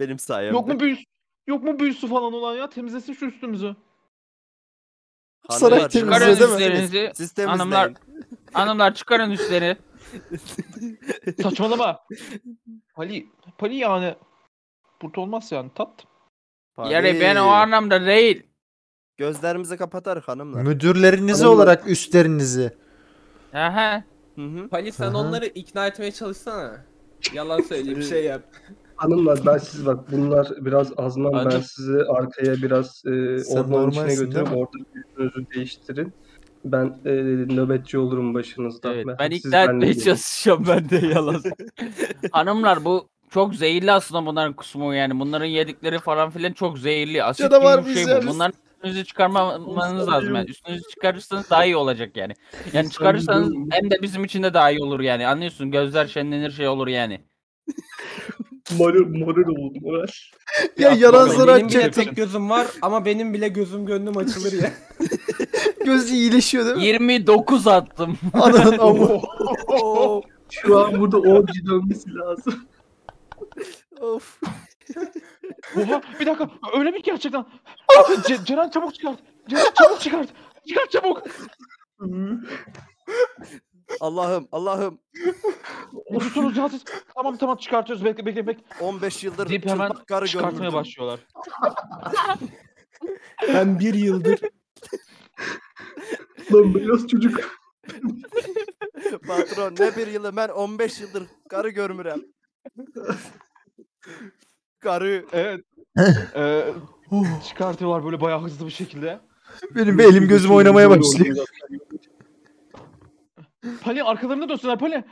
Speaker 6: Benim sayemde.
Speaker 1: Yok mu büyüsü? Yok mu büyüsü falan olan ya? Temizlesin şu üstümüzü.
Speaker 6: Hande
Speaker 3: Saray
Speaker 6: var.
Speaker 3: temizle
Speaker 5: Çıkarın
Speaker 3: Temizledim.
Speaker 5: üstlerinizi.
Speaker 6: Siz
Speaker 5: Hanımlar- Hanımlar çıkarın üstlerini.
Speaker 1: Saçmalama. Pali, pali yani. Burada olmaz yani tat.
Speaker 5: Yani ben o
Speaker 6: an
Speaker 5: anlamda değil.
Speaker 6: Gözlerimizi kapatar hanımlar.
Speaker 3: Müdürlerinizi
Speaker 4: Hanımlar-
Speaker 3: olarak üstlerinizi.
Speaker 5: Aha.
Speaker 6: Hı hı.
Speaker 2: Pali sen
Speaker 3: Aha.
Speaker 2: onları ikna etmeye çalışsana. Yalan söyle bir şey yap.
Speaker 4: Hanımlar ben siz bak bunlar biraz azman ben
Speaker 6: Hanım.
Speaker 4: sizi arkaya biraz e,
Speaker 3: Sen
Speaker 4: ormanın içine
Speaker 3: normalsin,
Speaker 4: götürüp
Speaker 3: değil mi?
Speaker 4: orada yüzünüzü değiştirin. Ben e, nöbetçi olurum başınızda.
Speaker 5: Evet, ben
Speaker 4: Merhaba, siz
Speaker 5: ikna
Speaker 4: benimle
Speaker 5: etmeye
Speaker 4: gelin.
Speaker 5: çalışacağım ben de yalan. Hanımlar bu çok zehirli aslında bunların kusumu yani. Bunların yedikleri falan filan çok zehirli. Asit gibi
Speaker 3: Canavar
Speaker 5: bir
Speaker 3: biz
Speaker 5: şey bu.
Speaker 3: yeriz.
Speaker 5: Bunların üstünüzü çıkarmamanız lazım. Yani. Üstünüzü çıkarırsanız daha iyi olacak yani. Yani çıkarırsanız hem de bizim için de daha iyi olur yani. Anlıyorsun gözler şenlenir şey olur yani.
Speaker 4: Moral, moral oldu moral.
Speaker 3: Ya yalan
Speaker 1: Benim
Speaker 3: sonra
Speaker 2: benim
Speaker 1: gibi-
Speaker 2: şey- bile
Speaker 3: açacaktım.
Speaker 2: tek gözüm var ama benim bile gözüm gönlüm açılır ya.
Speaker 3: Gözü iyileşiyor değil mi?
Speaker 5: 29 attım.
Speaker 3: Ananın avu.
Speaker 4: Şu an burada orji dönmesi lazım.
Speaker 6: Of.
Speaker 1: Oha bir dakika öyle mi gerçekten? Ce- Ceren çabuk çıkart. Ceren çabuk çıkart. Çıkart çabuk.
Speaker 6: Allah'ım Allah'ım.
Speaker 1: Ne Tutunuz ya siz. Tamam tamam çıkartıyoruz. Bekle bekle bekle.
Speaker 6: 15 yıldır
Speaker 1: Deyip hemen
Speaker 6: çılgın karı
Speaker 1: çıkartmaya
Speaker 6: gömüldüm.
Speaker 1: başlıyorlar.
Speaker 2: ben bir yıldır
Speaker 4: Lan beyaz çocuk.
Speaker 6: Patron ne bir yılı ben 15 yıldır karı görmürem. karı.
Speaker 1: Evet. Ee, çıkartıyorlar böyle bayağı hızlı bir şekilde.
Speaker 3: Benim bir elim gözüm oynamaya başlıyor.
Speaker 1: Pali arkalarına dönsünler Pali.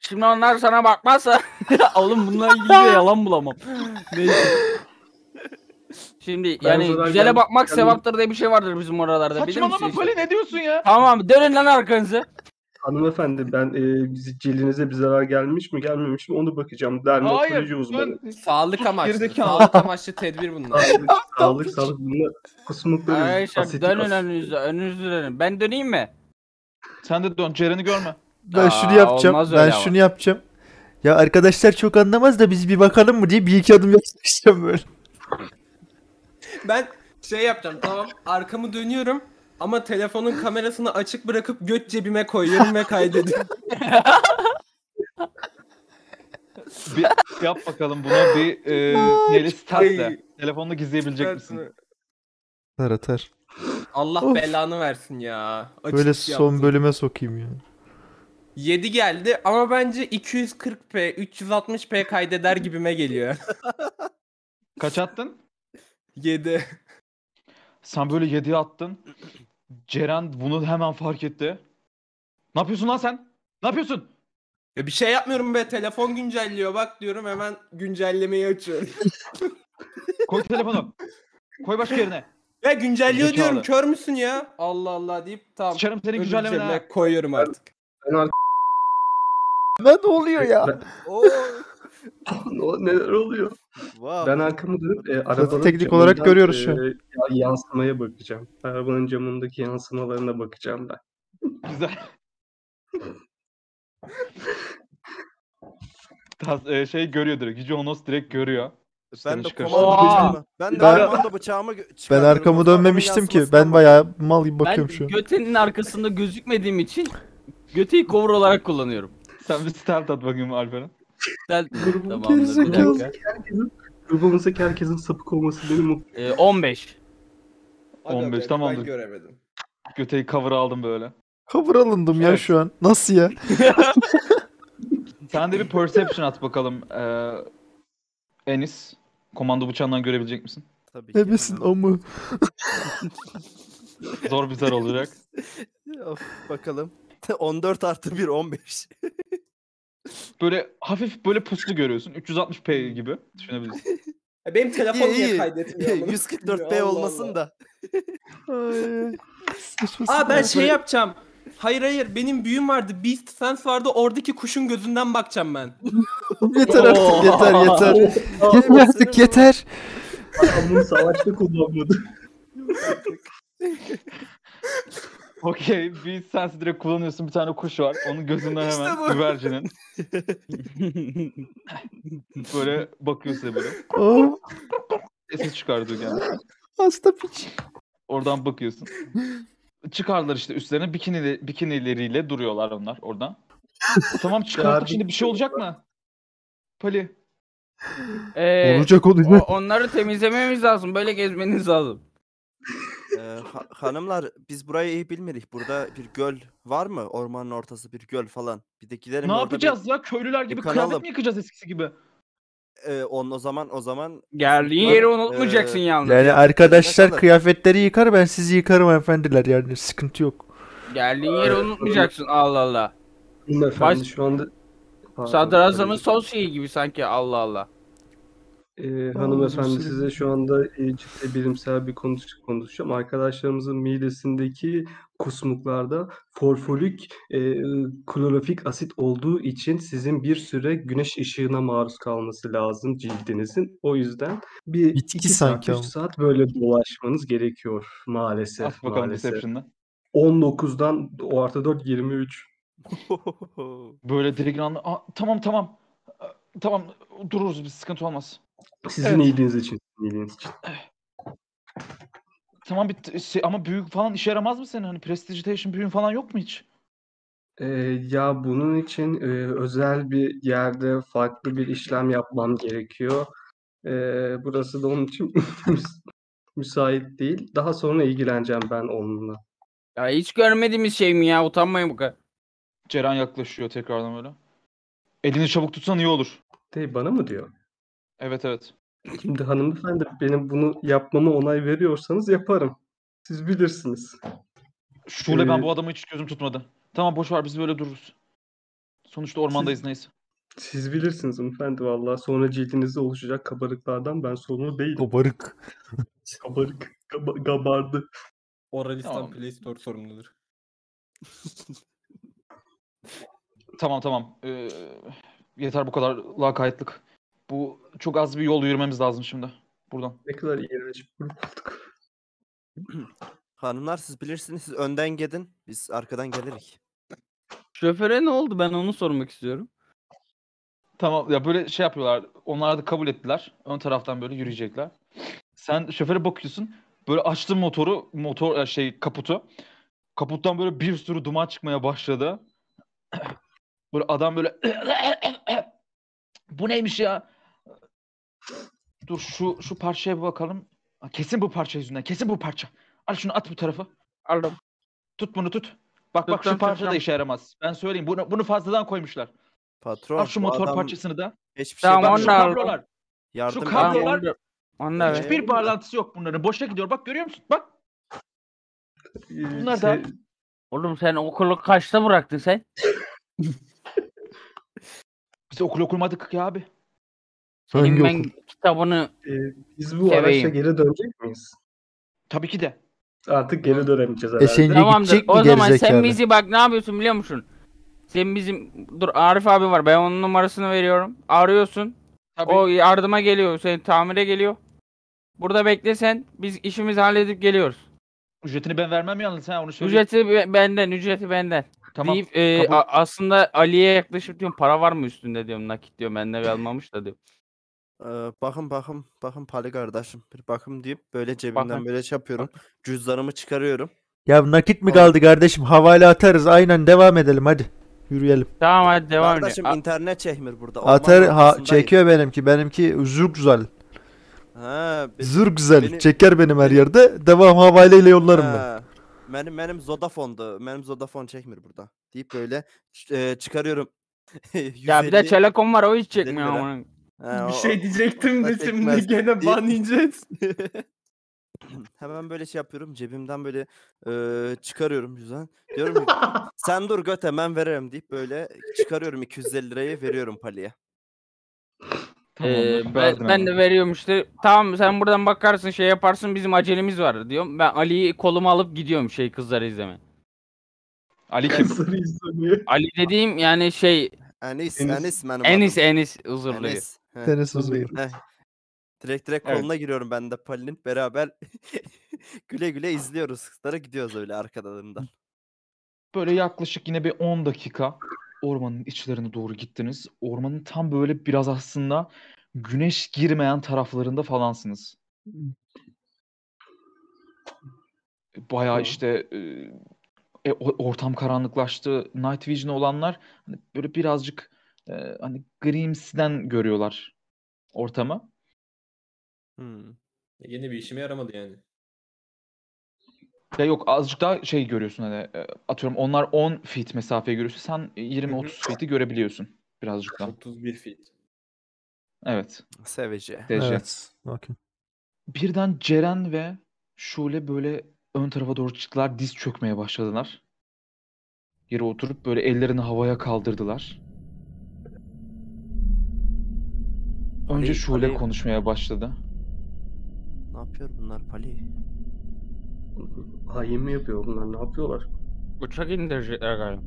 Speaker 5: Şimdi onlar sana bakmazsa oğlum bununla ilgili de yalan bulamam. Neyse. Şimdi
Speaker 4: Ben
Speaker 5: yani
Speaker 4: o zaman
Speaker 5: güzele
Speaker 4: gel-
Speaker 5: bakmak
Speaker 4: geldim.
Speaker 5: sevaptır diye bir şey vardır bizim oralarda. Bilir
Speaker 1: Saçmalama
Speaker 5: misiniz?
Speaker 1: Pali ne diyorsun ya?
Speaker 5: Tamam dönün lan arkanızı.
Speaker 4: Hanımefendi ben e, bizi cildinize bir zarar gelmiş mi gelmemiş mi onu bakacağım.
Speaker 1: Hayır.
Speaker 4: Dermatoloji uzmanı.
Speaker 1: dön.
Speaker 2: sağlık amaçlı,
Speaker 1: gerizekalı.
Speaker 2: sağlık amaçlı tedbir bunlar.
Speaker 4: Sağlık sağlık sağlık bunu kusmuklarız.
Speaker 5: Arkadaşlar dönün önünüzü, önünüzü dönün. Ben döneyim mi?
Speaker 1: Sen de dön Ceren'i görme.
Speaker 3: Ben şunu
Speaker 5: Aa,
Speaker 3: yapacağım.
Speaker 5: olmaz
Speaker 3: Ben
Speaker 5: öyle ama.
Speaker 3: şunu yapacağım. Ya arkadaşlar çok anlamaz da biz bir bakalım mı diye bir iki adım yapacağım böyle.
Speaker 2: Ben şey yapacağım tamam arkamı dönüyorum ama telefonun kamerasını açık bırakıp göt cebime koyuyorum ve kaydediyorum.
Speaker 1: Bir yap bakalım bunu bir e, neyle startle. Telefonunu gizleyebilecek misin?
Speaker 3: Atar atar.
Speaker 2: Allah
Speaker 3: Of.
Speaker 2: belanı versin ya. Açık
Speaker 3: Böyle
Speaker 2: yaptım.
Speaker 3: son bölüme sokayım ya.
Speaker 2: 7 geldi ama bence 240p 360p kaydeder gibime geliyor.
Speaker 1: Kaç attın?
Speaker 2: 7.
Speaker 1: Sen böyle 7'ye attın. Ceren bunu hemen fark etti. Ne yapıyorsun lan sen? Ne yapıyorsun?
Speaker 2: Ya bir şey yapmıyorum be telefon güncelliyor bak diyorum hemen güncellemeyi açıyorum.
Speaker 1: Koy telefonu. Koy başka yerine.
Speaker 2: ya güncelliyor
Speaker 1: Zekalı.
Speaker 2: diyorum kör müsün ya? Allah Allah deyip tamam.
Speaker 1: Sıçarım seni
Speaker 2: öbür
Speaker 1: güzellemene. ha.
Speaker 2: cebime koyuyorum artık.
Speaker 3: Ne oluyor ya?
Speaker 6: Oo.
Speaker 4: Neler oluyor?
Speaker 6: Wow.
Speaker 4: Ben arkamı dönüp e, arabanın
Speaker 3: teknik olarak
Speaker 4: camından,
Speaker 3: görüyoruz şu an.
Speaker 4: e, ya- yansımaya bakacağım. Arabanın camındaki yansımalarına bakacağım ben.
Speaker 1: Güzel. Tas- e, şey görüyor direkt. Yüce Honos direkt görüyor.
Speaker 6: Ben de
Speaker 1: çıkar.
Speaker 6: komando
Speaker 5: Oha!
Speaker 6: bıçağımı. Ben de
Speaker 3: Ben-
Speaker 6: komando bıçağımı gö-
Speaker 3: Ben
Speaker 6: çıkarıyorum.
Speaker 3: arkamı
Speaker 6: Fotoğrafımın
Speaker 3: dönmemiştim ki.
Speaker 6: yansımasına
Speaker 3: Ben
Speaker 6: bak.
Speaker 3: bayağı mal gibi bakıyorum şu
Speaker 5: Ben
Speaker 3: an.
Speaker 5: götenin arkasında gözükmediğim için göteyi cover olarak kullanıyorum.
Speaker 1: Sen bir start at bakayım Alperen.
Speaker 5: Del-
Speaker 4: Grubun
Speaker 5: Tamamdır bir
Speaker 4: gerizekalı.
Speaker 5: dakika.
Speaker 4: Grubumuzdaki herkesin sapık olması beni mutlu
Speaker 5: Ee, 15.
Speaker 2: Hadi
Speaker 1: 15
Speaker 2: bakayım,
Speaker 1: tamamdır.
Speaker 2: Ben göremedim.
Speaker 1: Göteyi cover aldım böyle.
Speaker 3: Kabur alındım ya
Speaker 1: Evet.
Speaker 3: şu an. Nasıl ya?
Speaker 1: Sen de bir perception at bakalım. e, Enis. Komando bıçağından görebilecek misin?
Speaker 6: Tabii ki.
Speaker 3: Ne bilsin o mu?
Speaker 1: Zor bir zar olacak.
Speaker 6: Of, bakalım. 14 artı 1 15.
Speaker 1: Böyle hafif böyle puslu görüyorsun. 360p gibi düşünebilirsin.
Speaker 2: Ya benim telefon
Speaker 6: İyi,
Speaker 2: niye
Speaker 6: iyi.
Speaker 2: kaydetmiyor? bunu?
Speaker 6: 144
Speaker 2: Allah
Speaker 6: B
Speaker 2: Allah.
Speaker 6: olmasın da.
Speaker 3: Ay, saçma
Speaker 2: Aa
Speaker 3: sapan.
Speaker 2: ben şey yapacağım. Hayır hayır benim büyüm vardı. Beast Sense vardı. Oradaki kuşun gözünden bakacağım ben.
Speaker 3: Yeter artık yeter yeter. yeter artık yeter.
Speaker 4: Adam bunu savaşta kullanmadı.
Speaker 1: Okey. Bir sensi direkt kullanıyorsun. Bir tane kuş var. Onun gözünden
Speaker 6: İşte
Speaker 1: hemen
Speaker 6: bu.
Speaker 1: güvercinin. böyle bakıyor size böyle.
Speaker 3: Oh,
Speaker 1: Sesi çıkartıyor yani.
Speaker 3: hasta piç.
Speaker 1: Oradan bakıyorsun. Çıkarlar işte üstlerine bikinili, bikinileriyle duruyorlar onlar orada. tamam çıkarttık şimdi bir şey olacak mı? Pali.
Speaker 5: Ee,
Speaker 3: Olacak olacak.
Speaker 5: o- onları temizlememiz lazım. Böyle gezmeniz lazım.
Speaker 6: Ee, ha- hanımlar biz burayı iyi bilmedik. Burada bir göl var mı? Ormanın ortası bir göl falan. Bir de gidelim
Speaker 1: Ne
Speaker 6: orada bir-
Speaker 1: yapacağız ya? Köylüler gibi
Speaker 6: yıkanalım.
Speaker 1: kıyafet mi yıkacağız eskisi gibi?
Speaker 6: Ee, on, o zaman o zaman
Speaker 5: Geldiğin
Speaker 6: Bak,
Speaker 5: yeri unutmayacaksın
Speaker 6: ee,
Speaker 5: yalnız.
Speaker 3: Yani arkadaşlar
Speaker 6: kadar?
Speaker 3: kıyafetleri yıkar ben sizi yıkarım efendiler yani sıkıntı yok.
Speaker 5: Geldiğin yeri unutmayacaksın Allah Allah.
Speaker 4: Efendim
Speaker 5: Baş-
Speaker 4: şu anda... Pardon,
Speaker 5: Sadrazamın
Speaker 4: tabii.
Speaker 5: sol şeyi gibi sanki Allah Allah.
Speaker 4: Ee,
Speaker 3: üzülürüm.
Speaker 4: hanımefendi size şu anda e, ciddi bilimsel bir konu konuşacağım. Arkadaşlarımızın midesindeki kusmuklarda forfolik e, klorofik asit olduğu için sizin bir süre güneş ışığına maruz kalması lazım cildinizin. O yüzden bir
Speaker 3: Bitki
Speaker 4: iki
Speaker 3: sanki
Speaker 4: saat, 3
Speaker 3: ama.
Speaker 4: saat böyle dolaşmanız gerekiyor maalesef
Speaker 1: At bakalım
Speaker 4: maalesef.
Speaker 1: Deception'dan.
Speaker 4: 19'dan o artı 4 23.
Speaker 1: Böyle diligranlı. Aa, tamam tamam. Aa, Tamam dururuz biz sıkıntı olmaz.
Speaker 4: Sizin
Speaker 1: Evet.
Speaker 4: iyiliğiniz için, sizin iyiliğiniz için.
Speaker 1: Tamam bir t- şey, ama büyük falan işe yaramaz mı senin? Hani prestigitation büyüğün falan yok mu hiç?
Speaker 4: Ee, ya bunun için e, özel bir yerde farklı bir işlem yapmam gerekiyor. Ee, burası da onun için müs- müsait değil. Daha sonra ilgileneceğim ben onunla.
Speaker 5: Ya hiç görmediğimiz şey mi ya? Utanmayın bu kadar.
Speaker 1: Ceren yaklaşıyor tekrardan böyle. Elini çabuk tutsan iyi olur.
Speaker 4: Değil, bana mı diyor?
Speaker 1: Evet evet.
Speaker 4: Şimdi hanımefendi benim bunu yapmama onay veriyorsanız yaparım. Siz bilirsiniz.
Speaker 1: Şule ben
Speaker 4: Ee,
Speaker 1: bu adamı hiç gözüm tutmadı. Tamam boş ver biz böyle dururuz. Sonuçta ormandayız neyse.
Speaker 4: Siz bilirsiniz hanımefendi vallahi. Sonra cildinizde oluşacak kabarıklardan ben sorumlu değilim.
Speaker 3: Kabarık.
Speaker 4: Kabarık, kaba- kabardı.
Speaker 2: Oralistan
Speaker 1: Tamam.
Speaker 2: Play Store sorumludur.
Speaker 1: Tamam tamam. Ee, yeter bu kadar lakaytlık. Bu çok az bir yol yürümemiz lazım şimdi. Buradan.
Speaker 4: Ne kadar iğrenç bir grup olduk.
Speaker 6: hanımlar siz bilirsiniz siz önden gidin. Biz arkadan gelirik.
Speaker 5: Şoföre ne oldu? Ben onu sormak istiyorum.
Speaker 1: Tamam ya böyle şey yapıyorlar. Onlar da kabul ettiler. Ön taraftan böyle yürüyecekler. Sen şoföre bakıyorsun. Böyle açtın motoru, motor e, şey kaputu. Kaputtan böyle bir sürü duman çıkmaya başladı. Böyle adam böyle Bu neymiş ya? Dur şu şu parçaya bir bakalım. Ha, Kesin bu parça yüzünden. Kesin bu parça. Al şunu at bu tarafa.
Speaker 5: Aldım.
Speaker 1: Tut bunu tut. Bak bak şu
Speaker 5: Tuttum,
Speaker 1: parça da
Speaker 5: tuttum.
Speaker 1: işe yaramaz. Ben söyleyeyim. Bunu bunu fazladan koymuşlar.
Speaker 6: Patron
Speaker 1: Al şu
Speaker 6: bu
Speaker 1: motor
Speaker 6: adam
Speaker 1: parçasını da.
Speaker 6: hiçbir
Speaker 5: Tamam,
Speaker 1: Bak
Speaker 6: şeyden
Speaker 1: şu
Speaker 5: onlar-
Speaker 1: kablolar.
Speaker 6: yardım
Speaker 1: şu
Speaker 6: edin.
Speaker 1: kablolar-
Speaker 5: Tamam, onu da- onu da ver.
Speaker 6: Hiçbir-
Speaker 1: Hiçbir bağlantısı yok bunların. Boşa gidiyor. Bak görüyor musun? Bak.
Speaker 4: Ee,
Speaker 1: Bunlar
Speaker 4: şey-
Speaker 1: da-
Speaker 5: Oğlum sen okulu kaçta bıraktın sen?
Speaker 1: Biz okul okumadık ya abi.
Speaker 5: Senin
Speaker 3: Hangi
Speaker 5: ben
Speaker 3: okul?
Speaker 5: kitabını
Speaker 4: e, Biz bu araçla
Speaker 5: Seveyim.
Speaker 4: geri dönecek miyiz?
Speaker 1: Tabii ki de.
Speaker 4: Artık geri dönemeyeceğiz herhalde.
Speaker 3: Eşeğince
Speaker 5: Tamamdır.
Speaker 3: gidecek mi
Speaker 5: O zaman
Speaker 3: gerizekalı?
Speaker 5: sen bizi bak ne yapıyorsun biliyor musun? Sen bizim dur Arif abi var. Ben onun numarasını veriyorum. Arıyorsun.
Speaker 1: Tabii.
Speaker 5: O yardıma geliyor. Senin tamire geliyor. Burada beklesen biz işimizi halledip geliyoruz.
Speaker 1: Ücretini ben vermem yalnız ha onu söyleyeyim.
Speaker 5: Ücreti be- benden, ücreti benden.
Speaker 1: Tamam.
Speaker 5: Deyip e,
Speaker 1: kabul.
Speaker 5: a- aslında Ali'ye yaklaşıp diyorum para var mı üstünde diyorum nakit diyorum bende bir almamış da diyorum.
Speaker 6: Ee, bakın bakın bakın Pali kardeşim bir bakım deyip böyle cebimden
Speaker 5: Bakın,
Speaker 6: böyle şey yapıyorum. Cüzdanımı çıkarıyorum.
Speaker 3: Ya nakit mi kaldı kardeşim? Havale atarız. Aynen devam edelim hadi. Yürüyelim.
Speaker 5: Tamam hadi devam edelim.
Speaker 6: kardeşim
Speaker 5: A-
Speaker 6: internet çekmir burada. ormanın
Speaker 3: Atar ha,
Speaker 6: ortasındayım.
Speaker 3: çekiyor benimki. Benimki zür güzel.
Speaker 6: Ha, be-
Speaker 3: Zür güzel.
Speaker 6: beni-
Speaker 3: Çeker benim her yerde. Devam havaleyle yollarım ben.
Speaker 6: Ha, Benim benim Zodafone'du. Benim Zodafone çekmir burada. Deyip böyle ç- e, çıkarıyorum.
Speaker 5: ya bir de
Speaker 6: 150
Speaker 5: Çelekom var o hiç
Speaker 6: Güzel
Speaker 5: çekmiyor
Speaker 6: lira.
Speaker 5: amına.
Speaker 6: Ha,
Speaker 2: Bir
Speaker 6: o-
Speaker 2: şey diyecektim de
Speaker 6: da çekmez.
Speaker 2: şimdi gene ban yiyeceğiz.
Speaker 6: Hemen böyle şey yapıyorum. Cebimden böyle e, çıkarıyorum yüzden. Diyorum ki sen dur göt hemen veririm deyip böyle çıkarıyorum 250 lirayı veriyorum Pali'ye.
Speaker 1: Tamam,
Speaker 5: Ee,
Speaker 1: bak,
Speaker 5: ben,
Speaker 1: verdim
Speaker 5: ben
Speaker 1: hemen.
Speaker 5: de veriyorum işte. Tamam sen buradan bakarsın şey yaparsın bizim acelemiz var diyorum. Ben Ali'yi koluma alıp gidiyorum şey kızları izleme.
Speaker 1: Ali kim?
Speaker 4: Kızları izlemiyor.
Speaker 5: Ali dediğim yani şey
Speaker 4: Enis.
Speaker 6: Enis, Enis, benim
Speaker 5: Enis
Speaker 6: adım.
Speaker 5: Enis huzurluyu.
Speaker 6: Enis. Heh,
Speaker 3: Tenis
Speaker 4: Huzur.
Speaker 3: uzun.
Speaker 6: heh. Direkt direkt
Speaker 1: Evet.
Speaker 6: koluna giriyorum ben de Pali'nin. Beraber güle güle izliyoruz. Kızlara gidiyoruz öyle arkalarından.
Speaker 1: Böyle yaklaşık yine bir 10 dakika ormanın içlerine doğru gittiniz. Ormanın tam böyle biraz aslında güneş girmeyen taraflarında falansınız. Bayağı
Speaker 4: Hı.
Speaker 1: işte e, e, o- ortam karanlıklaştı. Night Vision olanlar hani böyle birazcık e, hani grimsiden görüyorlar ortamı.
Speaker 6: Hmm.
Speaker 2: E, Yine bir işime yaramadı yani.
Speaker 1: Ya yok azıcık daha şey görüyorsun hani e, atıyorum onlar 10 feet mesafeye görüyorsa sen
Speaker 2: Hı hı.
Speaker 1: 20-30 feet'i görebiliyorsun birazcık daha.
Speaker 2: 31 feet.
Speaker 1: Evet.
Speaker 6: Seveci.
Speaker 1: derece.
Speaker 3: Evet. Okey.
Speaker 1: Birden Ceren ve Şule böyle ön tarafa doğru çıktılar. Diz çökmeye başladılar. Yere oturup böyle ellerini havaya kaldırdılar. Önce
Speaker 6: Alev-
Speaker 1: Şule
Speaker 6: alev-
Speaker 1: konuşmaya başladı.
Speaker 6: Ne yapıyor bunlar Pali?
Speaker 4: Hain mi yapıyor bunlar? Ne yapıyorlar?
Speaker 5: Uçak indirecekler galiba.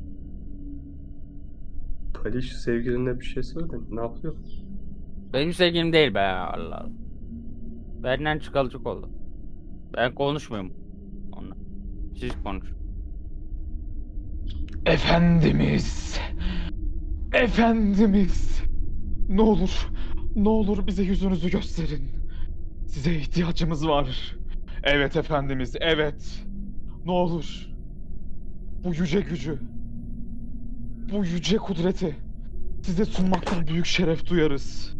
Speaker 4: Pali şu sevgiline bir şey söyle. Ne yapıyor?
Speaker 5: Benim sevgilim değil be Allah Allah. Benden çıkalıcık oldu. Ben konuşmuyorum. Onunla. Siz konuş.
Speaker 1: Efendimiz. Efendimiz. Ne olur, ne olur bize yüzünüzü gösterin. Size ihtiyacımız var. Evet efendimiz, evet. Ne olur. Bu yüce gücü, bu yüce kudreti size sunmaktan büyük şeref duyarız.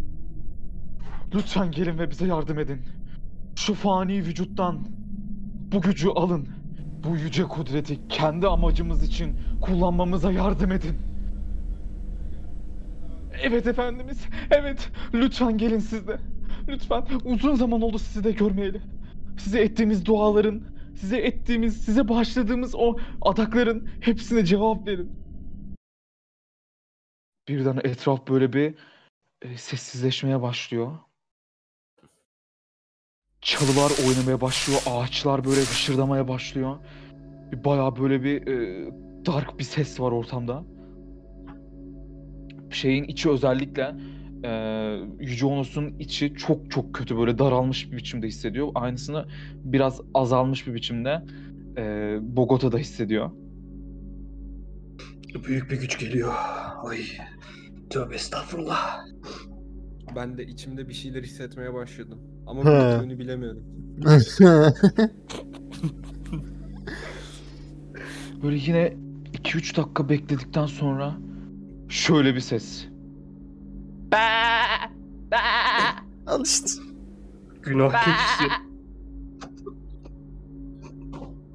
Speaker 1: Lütfen gelin ve bize yardım edin. Şu fani vücuttan bu gücü alın. Bu yüce kudreti kendi amacımız için kullanmamıza yardım edin. Evet efendimiz, evet. Lütfen gelin siz de. Lütfen. Uzun zaman oldu sizi de görmeyeli. Size ettiğimiz duaların, size ettiğimiz, size bağışladığımız o adakların hepsine cevap verin. Birden etraf böyle bir e, sessizleşmeye başlıyor. Çalılar oynamaya başlıyor, ağaçlar böyle hışırdamaya başlıyor. Bayağı böyle bir e, dark bir ses var ortamda. Şeyin içi özellikle e, Yüce Onos'un içi çok çok kötü böyle daralmış bir biçimde hissediyor. Aynısını biraz azalmış bir biçimde e, Bogota'da hissediyor.
Speaker 4: Büyük bir güç geliyor. Ay. Tövbe estağfurullah.
Speaker 2: Ben de içimde bir şeyler hissetmeye başladım.
Speaker 3: He.
Speaker 2: Ama büyüttüğünü bilemiyordum.
Speaker 1: Böyle yine 2-3 dakika bekledikten sonra şöyle bir ses.
Speaker 6: Al işte.
Speaker 4: Günah keçisi.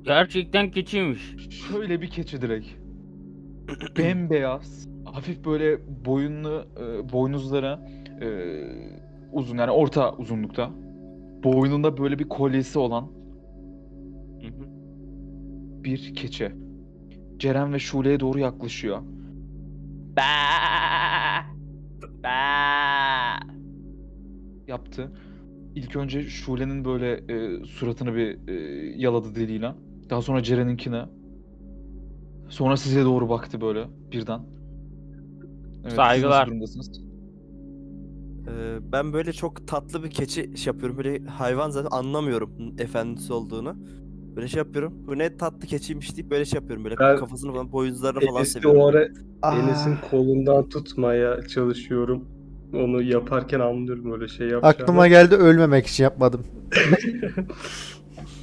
Speaker 5: Gerçekten keçiymiş.
Speaker 1: Şöyle bir keçi direkt. Bembeyaz. Hafif böyle boyunlu, e, boynuzlara e, uzun yani orta uzunlukta. Boynunda böyle bir kolyesi olan
Speaker 5: Hı hı.
Speaker 1: bir keçi. Ceren ve Şule'ye doğru yaklaşıyor. Yaptı. İlk önce Şule'nin böyle e, suratını bir e, yaladı diliyle. Daha sonra Ceren'inkine. Sonra size doğru baktı böyle birden. Evet, siz nasıl
Speaker 5: Saygılar.
Speaker 1: durumdasınız?
Speaker 6: Ee, ben böyle çok tatlı bir keçi şey yapıyorum. Böyle hayvan zaten anlamıyorum efendisi olduğunu. Böyle şey yapıyorum. Bu ne tatlı keçiymiş deyip böyle şey yapıyorum. Böyle
Speaker 4: Ben-
Speaker 6: kafasını falan boynuzlarını falan
Speaker 4: Enes'i o
Speaker 6: seviyorum.
Speaker 4: ara Enes'in kolundan tutmaya çalışıyorum. Onu yaparken anlıyorum öyle şey yapacağını.
Speaker 3: Aklıma geldi ölmemek için yapmadım.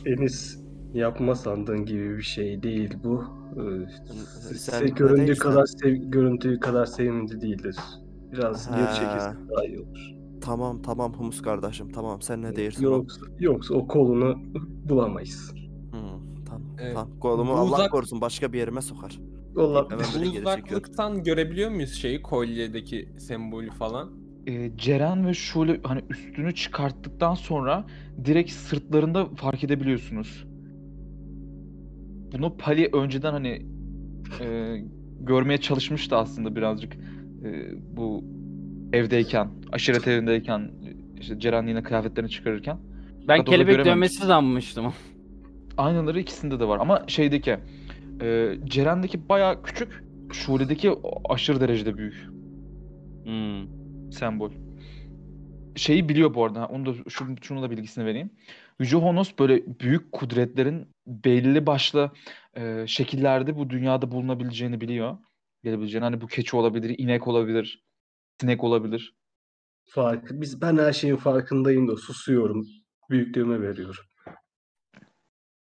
Speaker 4: Enis yapma sandığın gibi bir şey değil bu. Ee,
Speaker 6: Sen-
Speaker 4: size
Speaker 6: sen
Speaker 4: göründüğü
Speaker 6: nedensin?
Speaker 4: kadar sev, göründüğü kadar sevimli değildir. Biraz
Speaker 6: Ha.
Speaker 4: geri çekilse daha iyi olur.
Speaker 6: Tamam tamam humus kardeşim tamam sen
Speaker 4: E,
Speaker 6: ne değilsin. o?
Speaker 4: Yoksa, yoksa o kolunu bulamayız.
Speaker 6: Hmm, tamam
Speaker 4: E,
Speaker 2: Evet.
Speaker 6: tamam. Kolumu
Speaker 2: Bu
Speaker 6: Allah
Speaker 2: uzak-
Speaker 6: korusun başka bir yerime sokar.
Speaker 4: Allah
Speaker 6: Hemen böyle
Speaker 2: Bu
Speaker 6: geri çekiyorum.
Speaker 2: uzaklıktan görebiliyor muyuz şeyi kolyedeki sembolü falan?
Speaker 1: e, Ceren ve Şule hani üstünü çıkarttıktan sonra direkt sırtlarında fark edebiliyorsunuz. Bunu Pali önceden hani e, görmeye çalışmıştı aslında birazcık E, bu evdeyken, aşiret evindeyken işte Ceren yine kıyafetlerini çıkarırken.
Speaker 5: Ben
Speaker 1: orada
Speaker 5: kelebek
Speaker 1: görememiş.
Speaker 5: dövmesi sanmıştım.
Speaker 1: Aynaları ikisinde de var ama şeydeki e, Ceren'deki bayağı küçük, Şule'deki aşırı derecede büyük.
Speaker 5: Hmm.
Speaker 1: sembol. Şeyi biliyor bu arada. Onu da şunu, şunu da bilgisini vereyim. Yüce Honos böyle büyük kudretlerin belli başlı e, şekillerde bu dünyada bulunabileceğini biliyor. Gelebileceğini. Hani bu keçi olabilir, inek olabilir, sinek olabilir.
Speaker 4: farkı. Biz ben her şeyin farkındayım da susuyorum. Büyüklüğüme veriyorum.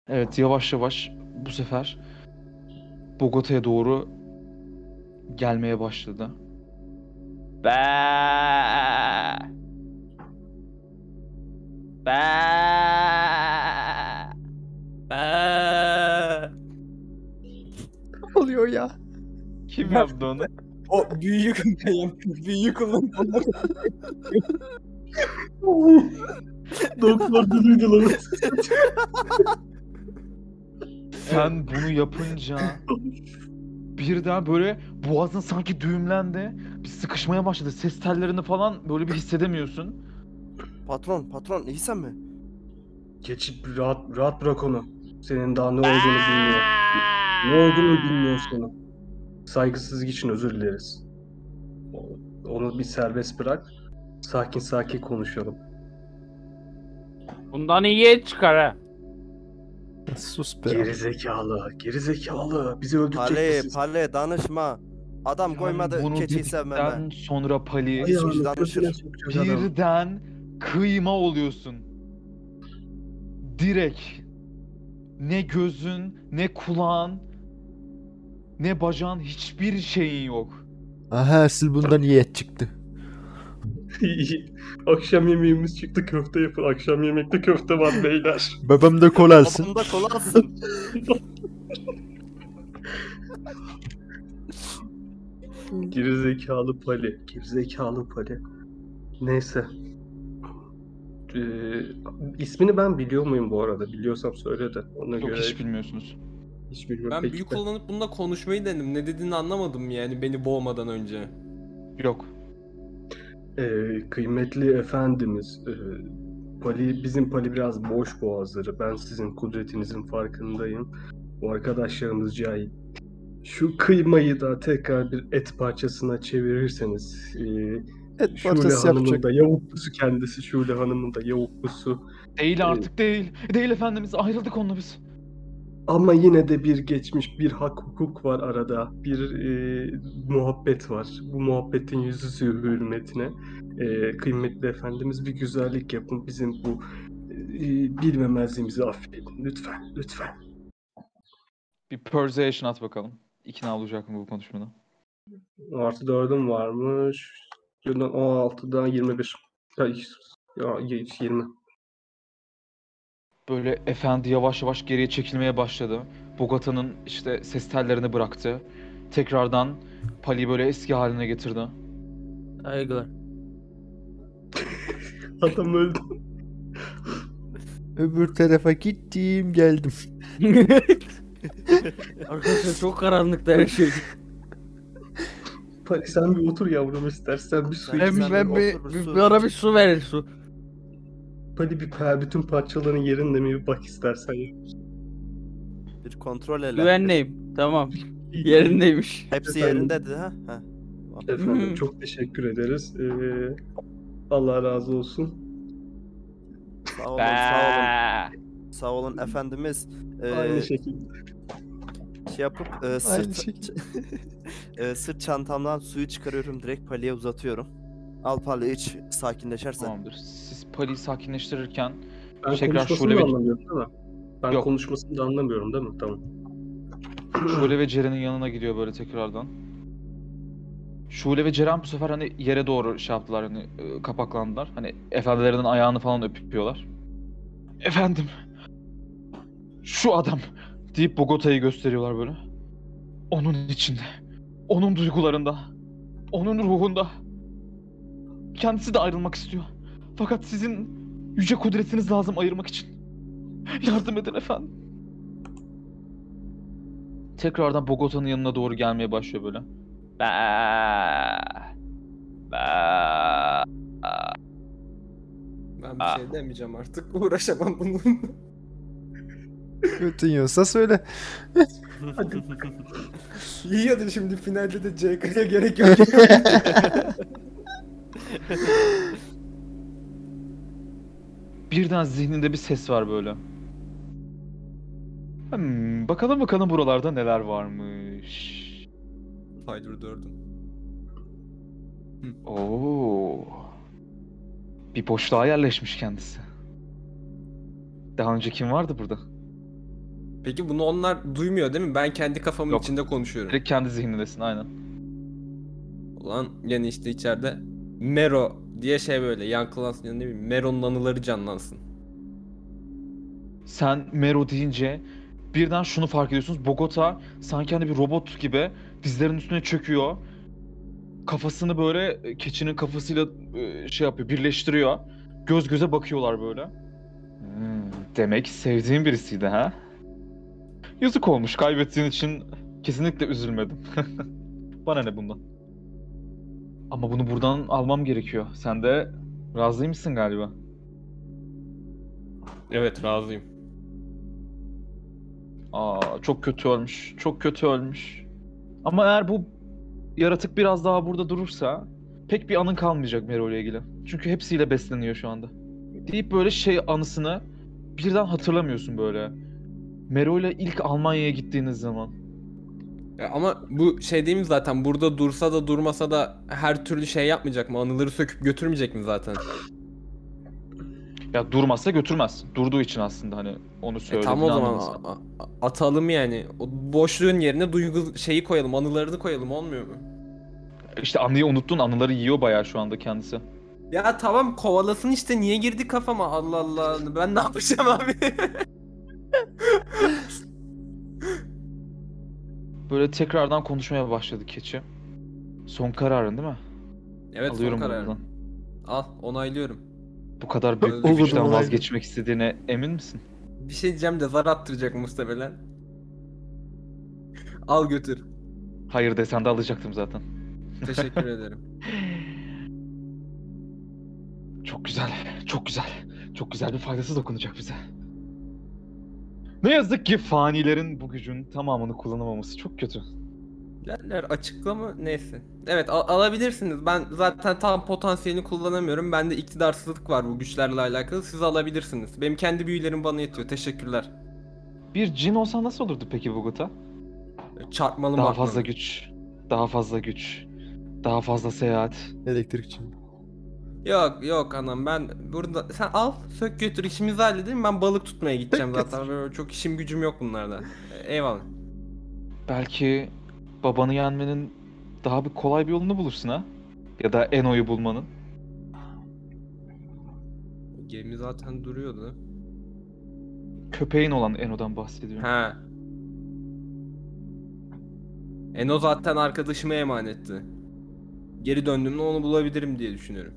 Speaker 1: Evet yavaş yavaş bu sefer Bogota'ya doğru gelmeye başladı.
Speaker 5: Ba. Ba. Ba.
Speaker 3: oluyor ya?
Speaker 1: Kim yaptı onu?
Speaker 2: O büyüyü kullanayım. Büyüyü kullanayım.
Speaker 4: Doktor duydu lan.
Speaker 1: Sen bunu yapınca birden böyle boğazın sanki düğümlendi. Bir sıkışmaya başladı. Ses tellerini falan böyle bir hissedemiyorsun.
Speaker 6: Patron, patron iyi sen mi?
Speaker 4: Geçip rahat rahat bırak onu. Senin daha ne olduğunu bilmiyor. Ne olduğunu bilmiyor sana. Saygısızlık için özür dileriz. O- Onu bir serbest bırak. Sakin sakin konuşalım.
Speaker 5: Bundan iyiye çıkar ha.
Speaker 3: Sus be.
Speaker 4: Geri zekalı, geri zekalı. Bizi öldürecek
Speaker 6: Pale,
Speaker 4: misin?
Speaker 6: pale danışma. Adam koymadı
Speaker 1: bunu
Speaker 6: keçiyi sevmem ben.
Speaker 1: dedikten sonra Pali
Speaker 6: Hayır.
Speaker 4: Ayağını
Speaker 6: Suçludan
Speaker 4: götüne
Speaker 6: düşür.
Speaker 4: sokacağız adamı.
Speaker 1: birden kıyma oluyorsun. Direkt ne gözün, ne kulağın, ne bacağın hiçbir şeyin yok.
Speaker 3: Aha sil bundan iyi et çıktı.
Speaker 4: Akşam yemeğimiz çıktı köfte yapın. Akşam yemekte köfte var beyler.
Speaker 3: Babam da kol alsın.
Speaker 6: Babamda kola alsın.
Speaker 4: Geri zekalı pali. Geri zekalı pali. Neyse. Ee, ismini ben biliyor muyum bu arada? Biliyorsam söyle de. Ona
Speaker 1: Yok
Speaker 4: göre
Speaker 1: hiç bilmiyorsunuz.
Speaker 4: hiç bilmiyorum.
Speaker 2: Ben
Speaker 4: Peki
Speaker 2: büyü
Speaker 4: de.
Speaker 2: kullanıp bununla konuşmayı denedim. Ne dediğini anlamadım yani beni boğmadan önce.
Speaker 1: Yok.
Speaker 4: Ee, kıymetli efendimiz, e, Pali, bizim Pali biraz boş boğazları. Ben sizin kudretinizin farkındayım. Bu arkadaşlarımız cahil. Şu kıymayı da tekrar bir et parçasına çevirirseniz, e,
Speaker 3: Et
Speaker 4: Şule
Speaker 3: parçası
Speaker 4: Hanım'ın
Speaker 3: yapacak.
Speaker 4: da yavuklusu kendisi, Şule Hanım'ın da yavuklusu.
Speaker 1: Değil artık değil. Değil efendimiz ayrıldık onunla biz.
Speaker 4: Ama yine de bir geçmiş, bir hak hukuk var arada. Bir e, muhabbet var. Bu muhabbetin yüzüsü hürmetine. E, kıymetli efendimiz bir güzellik yapın. Bizim bu e, bilmemezliğimizi affedin. Lütfen, lütfen.
Speaker 1: Bir persuasion at bakalım. İkna olacak mı bu konuşmada?
Speaker 4: Artı dördüm varmış. Yıldan 16'dan 21. Ya, ya, 20.
Speaker 1: Böyle efendi yavaş yavaş geriye çekilmeye başladı. Bogota'nın işte ses tellerini bıraktı. Tekrardan Pali'yi böyle eski haline getirdi.
Speaker 5: Saygılar.
Speaker 4: Adam öldü.
Speaker 3: Öbür tarafa gittim geldim.
Speaker 5: Arkadaşlar çok karanlıkta her şey.
Speaker 4: Pali sen bir otur yavrum istersen. Bir su
Speaker 6: Sen-
Speaker 4: iç.
Speaker 6: Sen
Speaker 5: Hemen bir,
Speaker 6: otur,
Speaker 5: bir,
Speaker 6: su-
Speaker 5: bir ara bir su verin su.
Speaker 4: Pali bir pa- bütün parçaların yerinde mi bir bak istersen. ya.
Speaker 6: Bir kontrol ele.
Speaker 5: Güvenleyim. Tamam. Yerindeymiş.
Speaker 6: Hepsi
Speaker 4: Efendim?
Speaker 6: yerinde dedi ha. ha.
Speaker 4: Efendim
Speaker 5: Hı.
Speaker 4: çok teşekkür ederiz. Ee, Allah razı olsun.
Speaker 6: Sağ olun, sağ olun. Sağ olun efendimiz. Ee,
Speaker 4: Aynı şekilde.
Speaker 6: şey yapıp e,
Speaker 3: Aynı
Speaker 6: sırt,
Speaker 2: şey.
Speaker 3: şekilde.
Speaker 6: e, sırt çantamdan suyu çıkarıyorum direkt palya uzatıyorum. Al palya iç sakinleşersen.
Speaker 1: Tamamdır. Siz Pali'yi sakinleştirirken
Speaker 4: Ben
Speaker 1: Tekrar
Speaker 4: konuşmasını
Speaker 1: şöyle
Speaker 4: da
Speaker 1: bir-
Speaker 4: anlamıyorum değil mi? Ben
Speaker 1: Yok.
Speaker 4: konuşmasını da anlamıyorum değil mi? Tamam.
Speaker 1: Şule ve Ceren'in yanına gidiyor böyle tekrardan. Şule ve Ceren bu sefer hani yere doğru şey yaptılar hani e, kapaklandılar. Hani efendilerinin ayağını falan öpüyorlar. Efendim. Şu adam deyip Bogota'yı gösteriyorlar böyle. Onun içinde. Onun duygularında. Onun ruhunda. Kendisi de ayrılmak istiyor. Fakat sizin yüce kudretiniz lazım ayırmak için. Yardım edin efendim tekrardan Bogota'nın yanına doğru gelmeye başlıyor böyle.
Speaker 2: Ben bir şey demeyeceğim artık. Uğraşamam bununla.
Speaker 3: Götün yiyorsa söyle.
Speaker 2: İyi hadi şimdi finalde de CK'ya gerek yok.
Speaker 1: Birden zihninde bir ses var böyle. Hmm, bakalım bakalım buralarda neler varmış.
Speaker 2: Haydur dördüm.
Speaker 1: Oo. Bir boşluğa yerleşmiş kendisi. Daha önce kim vardı burada?
Speaker 2: Peki bunu onlar duymuyor değil mi? Ben kendi kafamın
Speaker 1: Yok.
Speaker 2: içinde konuşuyorum.
Speaker 1: Direkt kendi zihnindesin aynen.
Speaker 2: Ulan yani işte içeride Mero diye şey böyle yankılansın ya ne bileyim Mero'nun anıları canlansın.
Speaker 1: Sen Mero deyince birden şunu fark ediyorsunuz. Bogota sanki hani bir robot gibi dizlerinin üstüne çöküyor. Kafasını böyle e, keçinin kafasıyla e, şey yapıyor, birleştiriyor. Göz göze bakıyorlar böyle. Hmm, demek sevdiğin birisiydi ha? Yazık olmuş. Kaybettiğin için kesinlikle üzülmedim. Bana ne bundan? Ama bunu buradan almam gerekiyor. Sen de razıymışsın galiba.
Speaker 2: Evet razıyım.
Speaker 1: Aa çok kötü ölmüş. Çok kötü ölmüş. Ama eğer bu yaratık biraz daha burada durursa pek bir anın kalmayacak Mero ile ilgili. Çünkü hepsiyle besleniyor şu anda. Deyip böyle şey anısını birden hatırlamıyorsun böyle. Mero ile ilk Almanya'ya gittiğiniz zaman.
Speaker 2: Ya ama bu şey değil mi zaten burada dursa da durmasa da her türlü şey yapmayacak mı? Anıları söküp götürmeyecek mi zaten? E
Speaker 1: Ya durmazsa götürmez. Durduğu için aslında hani onu
Speaker 2: E
Speaker 1: söyledim.
Speaker 2: tam o zaman a- a- atalım yani. O boşluğun yerine duygu şeyi koyalım, anılarını koyalım olmuyor mu?
Speaker 1: İşte anıyı unuttun anıları yiyor bayağı şu anda kendisi.
Speaker 2: Ya tamam kovalasın işte niye girdi kafama Allah Allah ben ne yapacağım abi?
Speaker 1: Böyle tekrardan konuşmaya başladı keçi. Son kararın değil mi?
Speaker 2: evet
Speaker 1: Alıyorum
Speaker 2: son
Speaker 1: bunu
Speaker 2: kararım.
Speaker 1: buradan.
Speaker 2: Al onaylıyorum.
Speaker 1: Bu kadar büyük bir
Speaker 2: Olur,
Speaker 1: güçten
Speaker 3: olay.
Speaker 1: vazgeçmek istediğine emin misin?
Speaker 2: Bir şey diyeceğim de zar attıracak muhtemelen. Al götür.
Speaker 1: Hayır desen de alacaktım zaten.
Speaker 2: Teşekkür ederim.
Speaker 1: Çok güzel, çok güzel. Çok güzel bir faydası dokunacak bize. Ne yazık ki fanilerin bu gücün tamamını kullanamaması çok kötü.
Speaker 2: Derler açıklama neyse. Evet al- alabilirsiniz. Ben zaten tam potansiyelini kullanamıyorum. Bende iktidarsızlık var bu güçlerle alakalı. Siz alabilirsiniz. Benim kendi büyülerim bana yetiyor. Teşekkürler.
Speaker 1: Bir cin olsan nasıl olurdu peki Bogota?
Speaker 2: Çarpmalı
Speaker 1: Daha
Speaker 2: martmalı.
Speaker 1: fazla güç, daha fazla güç, daha fazla seyahat.
Speaker 3: Elektrikçi.
Speaker 2: Yok yok anam ben burada sen al sök götür işimizi halledelim ben balık tutmaya gideceğim
Speaker 3: Sök götür.
Speaker 2: zaten böyle çok işim gücüm yok bunlarda. Eyvallah.
Speaker 1: Belki babanı yenmenin daha bir kolay bir yolunu bulursun ha? Ya da Eno'yu bulmanın.
Speaker 2: Gemi zaten duruyordu.
Speaker 1: Köpeğin olan Eno'dan bahsediyorum.
Speaker 2: He. Eno zaten arkadaşıma emanetti. Geri döndüğümde onu bulabilirim diye düşünüyorum.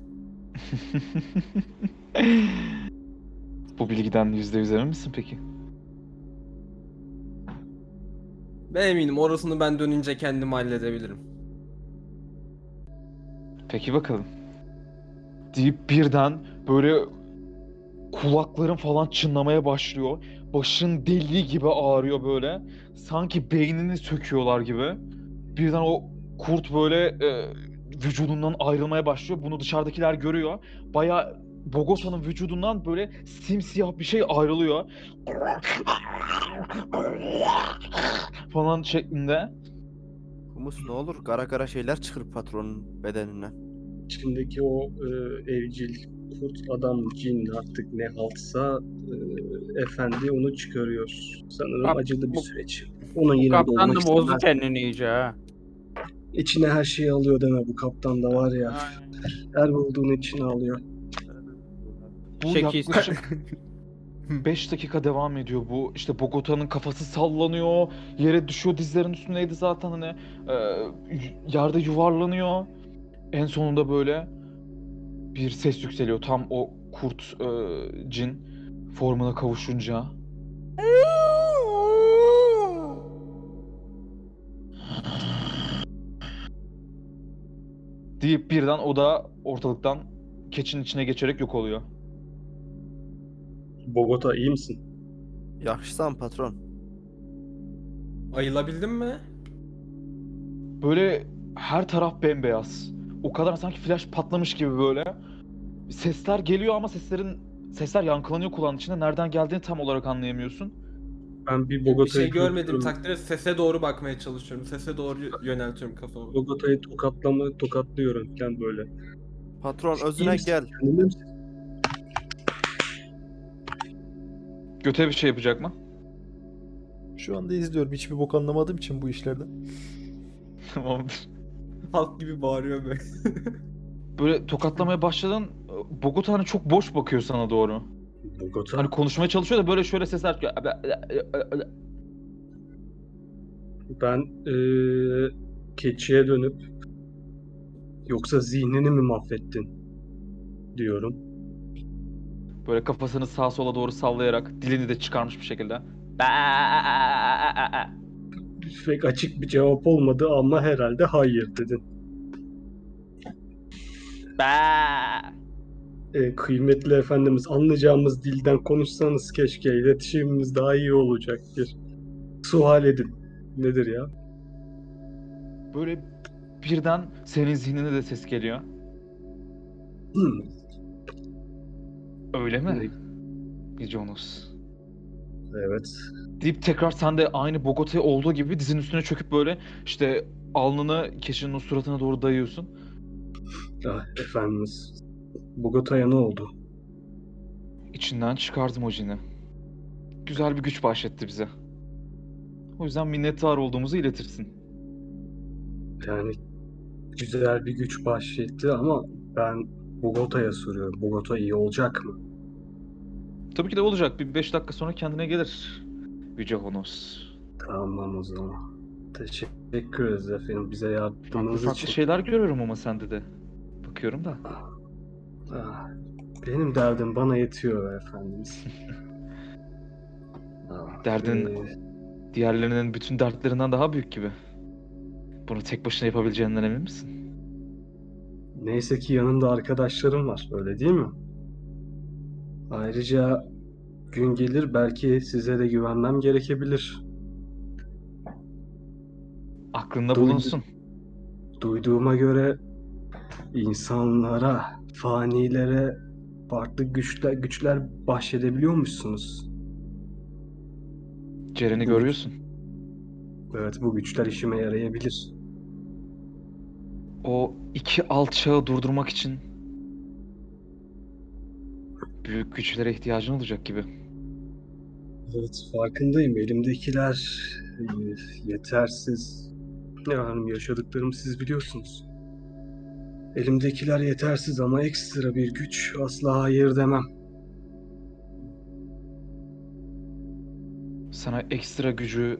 Speaker 1: bu bilgiden yüzde yüz emin misin peki?
Speaker 2: Ben eminim orasını ben dönünce kendim halledebilirim.
Speaker 1: Peki bakalım. Deyip birden böyle kulakların falan çınlamaya başlıyor. Başın deli gibi ağrıyor böyle. Sanki beynini söküyorlar gibi. Birden o kurt böyle e, vücudundan ayrılmaya başlıyor. Bunu dışarıdakiler görüyor. Baya Bogota'nın vücudundan böyle simsiyah bir şey ayrılıyor. falan şeklinde.
Speaker 6: Humus ne olur kara kara şeyler çıkır patronun bedeninden.
Speaker 4: İçindeki o e, evcil kurt adam cin artık ne haltsa e, efendi onu çıkarıyor. Sanırım
Speaker 5: Kap-
Speaker 4: acılı bir
Speaker 5: bu-
Speaker 4: süreç. Onun
Speaker 5: Bu
Speaker 4: yerinde
Speaker 5: kaptan da
Speaker 4: olmak
Speaker 5: bozdu
Speaker 4: istemez.
Speaker 5: kendini iyice ha.
Speaker 4: İçine her şeyi alıyor deme bu kaptan da var ya. Her bulduğun içine alıyor.
Speaker 1: Bu
Speaker 5: Şekil.
Speaker 1: yaklaşık 5 dakika devam ediyor bu. İşte Bogota'nın kafası sallanıyor. Yere düşüyor. Dizlerin üstündeydi zaten hani. e, y- yerde yuvarlanıyor. En sonunda böyle bir ses yükseliyor. Tam o kurt e, cin formuna kavuşunca. deyip birden o da ortalıktan keçin içine geçerek yok oluyor.
Speaker 4: Bogota iyi misin?
Speaker 6: Yakışsan patron.
Speaker 2: Ayılabildin mi?
Speaker 1: Böyle her taraf bembeyaz. O kadar sanki flash patlamış gibi böyle. Sesler geliyor ama seslerin sesler yankılanıyor kulağın içinde. Nereden geldiğini tam olarak anlayamıyorsun.
Speaker 4: Ben bir
Speaker 2: Bir
Speaker 4: Bogota'yı
Speaker 2: şey görmedim
Speaker 4: korkuyorum.
Speaker 2: takdirde sese doğru bakmaya çalışıyorum. Sese doğru yö- yöneltiyorum kafamı.
Speaker 4: Bogota'yı tokatlama, tokatlıyorum falan böyle.
Speaker 6: Patron özüne
Speaker 4: misin?
Speaker 6: gel.
Speaker 4: Kendini
Speaker 1: Göte bir şey yapacak mı?
Speaker 3: Şu anda izliyorum. Hiçbir bok anlamadığım için bu işlerden.
Speaker 1: Tamamdır.
Speaker 2: Halk gibi bağırıyor böyle.
Speaker 1: Böyle tokatlamaya başladın. Bogota hani çok boş bakıyor sana doğru.
Speaker 4: Bogota.
Speaker 1: Hani konuşmaya çalışıyor da böyle şöyle sesler çıkıyor.
Speaker 4: Ben eee, keçiye dönüp yoksa zihnini mi mahvettin diyorum.
Speaker 1: Böyle kafasını sağa sola doğru sallayarak dilini de çıkarmış bir şekilde.
Speaker 4: Pek açık bir cevap olmadı ama herhalde hayır dedin. Eee, kıymetli efendimiz anlayacağımız dilden konuşsanız keşke iletişimimiz daha iyi olacaktır. Sual edin. Nedir ya?
Speaker 1: Böyle birden senin zihnine de ses geliyor.
Speaker 4: Hmm.
Speaker 1: Öyle mi? Jonas.
Speaker 4: Evet.
Speaker 1: Deyip tekrar sen de aynı Bogota'ya olduğu gibi dizin üstüne çöküp böyle işte alnını keşinin o suratına doğru dayıyorsun.
Speaker 4: Ah, efendimiz. Bogota'ya ne oldu?
Speaker 1: İçinden çıkardım o cini. Güzel bir güç bahşetti bize. O yüzden minnettar olduğumuzu iletirsin.
Speaker 4: Yani güzel bir güç bahşetti ama ben Bogota'ya soruyorum. Bogota iyi olacak mı?
Speaker 1: Tabii ki de olacak. Bir 5 dakika sonra kendine gelir. Yüce Honos.
Speaker 4: Tamam o zaman. Teşekkür ederiz efendim bize
Speaker 1: Farklı
Speaker 4: yardımınız
Speaker 1: farklı
Speaker 4: için.
Speaker 1: şeyler görüyorum ama sende de. Bakıyorum da.
Speaker 4: Ah, benim derdim bana yetiyor efendimiz. Ah,
Speaker 1: Derdin-
Speaker 4: eee,
Speaker 1: Diğerlerinin bütün dertlerinden daha büyük gibi. Bunu tek başına yapabileceğinden emin misin?
Speaker 4: neyse ki yanımda arkadaşlarım var öyle değil mi? Ayrıca gün gelir belki size de güvenmem gerekebilir.
Speaker 1: Aklında
Speaker 4: Duydum.
Speaker 1: bulunsun.
Speaker 4: Duyduğuma göre insanlara, fanilere farklı güçler güçler bahşedebiliyormuşsunuz.
Speaker 1: Ceren'i
Speaker 4: Duydum.
Speaker 1: görüyorsun.
Speaker 4: Evet bu güçler işime yarayabilir.
Speaker 1: O iki alçağı durdurmak için büyük güçlere ihtiyacın olacak gibi.
Speaker 4: Evet farkındayım elimdekiler e, yetersiz. Ne hanım yaşadıklarımı siz biliyorsunuz. Elimdekiler yetersiz ama ekstra bir güç asla hayır demem.
Speaker 1: Sana ekstra gücü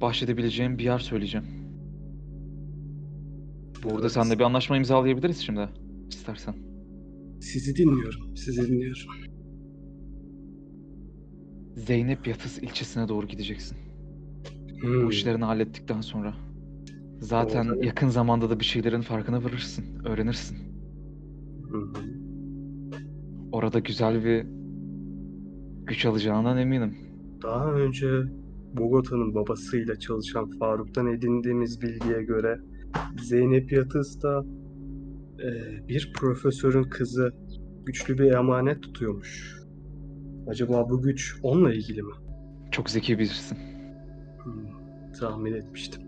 Speaker 1: bahşedebileceğim bir yer söyleyeceğim. Burada
Speaker 4: Evet.
Speaker 1: seninle bir anlaşma imzalayabiliriz şimdi. istersen.
Speaker 4: Sizi dinliyorum, sizi dinliyorum.
Speaker 1: Zeynep Yatız ilçesine doğru gideceksin.
Speaker 4: Hmm,
Speaker 1: Bu işlerini hallettikten sonra. Zaten
Speaker 4: Doğru.
Speaker 1: yakın zamanda da bir şeylerin farkına varırsın, öğrenirsin.
Speaker 4: hı hı.
Speaker 1: Orada güzel bir güç alacağından eminim.
Speaker 4: Daha önce Bogota'nın babasıyla çalışan Faruk'tan edindiğimiz bilgiye göre Zeynep Yatız da e, bir profesörün kızı güçlü bir emanet tutuyormuş. Acaba bu güç onunla ilgili mi?
Speaker 1: Çok zeki birisin.
Speaker 4: Hmm, tahmin etmiştim.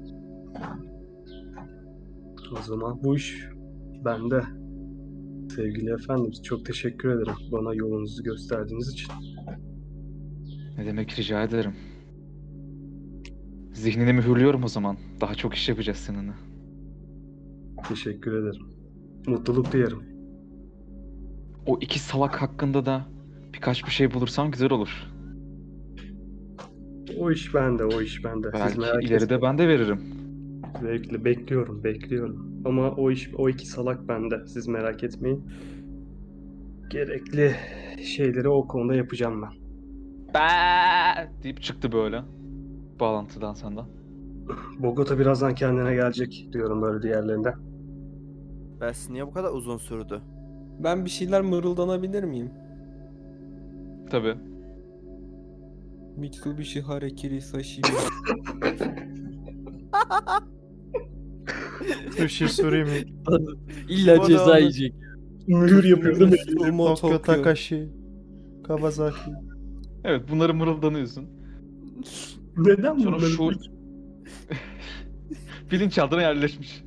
Speaker 4: O zaman bu iş bende. Sevgili efendim çok teşekkür ederim bana yolunuzu gösterdiğiniz için.
Speaker 1: Ne demek rica ederim. Zihnini mühürlüyorum o zaman. Daha çok iş yapacağız seninle.
Speaker 4: Teşekkür ederim. Mutluluk dilerim.
Speaker 1: O iki salak hakkında da birkaç bir şey bulursam güzel olur.
Speaker 4: O iş bende, o iş bende. Siz
Speaker 1: Belki
Speaker 4: merak
Speaker 1: ileride ben de veririm.
Speaker 4: etmeyin. Zevkle bekliyorum, bekliyorum. Ama o iş, o iki salak bende. Siz merak etmeyin. Gerekli şeyleri o konuda yapacağım ben.
Speaker 1: Deyip çıktı böyle. Bağlantıdan senden.
Speaker 4: Bogota birazdan kendine gelecek diyorum böyle diğerlerinden.
Speaker 6: Bers niye bu kadar uzun sürdü?
Speaker 2: Ben bir şeyler mırıldanabilir miyim?
Speaker 1: Tabii.
Speaker 2: Mitsubishi Harekiri Sashimi.
Speaker 3: Bir şey sorayım mı?
Speaker 5: İlla
Speaker 6: Bu
Speaker 5: ceza
Speaker 6: adamın-
Speaker 5: yiyecek.
Speaker 4: Mühür yapıyor değil mi?
Speaker 3: Tokyo
Speaker 2: Sumo Tokyo.
Speaker 3: Takashi. Kawasaki.
Speaker 1: Evet bunları mırıldanıyorsun.
Speaker 4: Neden
Speaker 1: Sonra
Speaker 4: bunları
Speaker 1: şu... Bilinçaltına yerleşmiş.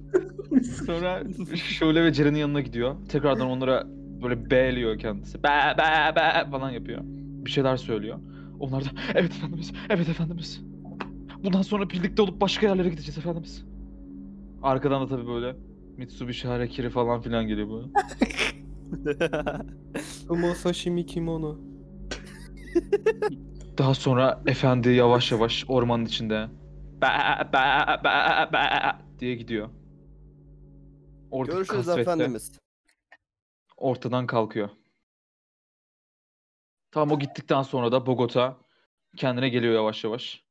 Speaker 1: Sonra şöyle ve Ceren'in yanına gidiyor. Tekrardan onlara böyle beğeliyor kendisi. Be be be falan yapıyor. Bir şeyler söylüyor. Onlar da evet efendimiz, evet efendimiz. Bundan sonra birlikte olup başka yerlere gideceğiz efendimiz. Arkadan da tabii böyle Mitsubishi Harakiri falan filan geliyor böyle.
Speaker 2: Umo sashimi kimono.
Speaker 1: Daha sonra efendi yavaş yavaş ormanın içinde ba ba ba ba diye gidiyor. Oradaki
Speaker 6: Görüşürüz
Speaker 1: kasvetle
Speaker 6: efendimiz.
Speaker 1: ortadan kalkıyor. Tam o gittikten sonra da Bogota kendine geliyor yavaş yavaş.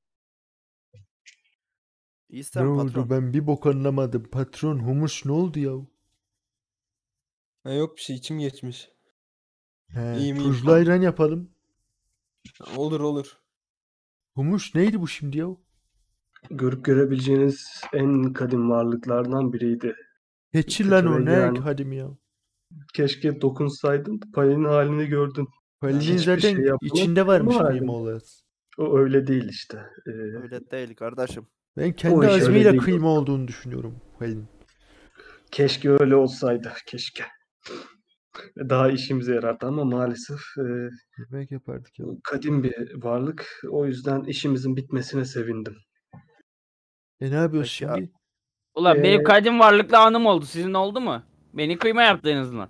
Speaker 6: İyi
Speaker 3: Ne
Speaker 6: sen
Speaker 3: oldu
Speaker 6: patron.
Speaker 3: ben bir bok anlamadım. Patron humuş ne oldu ya?
Speaker 2: Ha, yok bir şey içim geçmiş. İyi
Speaker 3: He,
Speaker 2: miyim?
Speaker 3: tuzlu ayran yapalım.
Speaker 2: Ha, Olur olur.
Speaker 3: Humuş neydi bu şimdi ya?
Speaker 4: Görüp görebileceğiniz en kadim varlıklardan biriydi.
Speaker 3: Keçi lan o
Speaker 4: Kötü
Speaker 3: ne
Speaker 4: yani.
Speaker 3: hadim ya.
Speaker 4: Keşke dokunsaydın, Pali'nin halini gördün.
Speaker 3: Palinin
Speaker 4: Hiçbir şey
Speaker 3: zaten
Speaker 4: yapmamak
Speaker 3: içinde varmış
Speaker 4: normal.
Speaker 3: miyim olas?
Speaker 4: O öyle değil işte. Ee,
Speaker 6: Öyle değil kardeşim.
Speaker 3: Ben
Speaker 4: O
Speaker 3: kendi
Speaker 4: iş öyle
Speaker 3: azmiyle
Speaker 4: değil.
Speaker 3: kıyma olduğunu düşünüyorum. Palin.
Speaker 4: keşke öyle olsaydı, keşke. Daha işimize yarardı ama maalesef e,
Speaker 3: Yemek yapardık ya.
Speaker 4: kadim bir varlık. O yüzden işimizin bitmesine sevindim.
Speaker 3: E ne yapıyoruz
Speaker 6: Peki abi.
Speaker 3: şimdi?
Speaker 5: Ulan
Speaker 4: Ee,
Speaker 5: benim kadim varlıklı anım oldu. Sizin oldu mu? Beni kıyma yaptınız lan.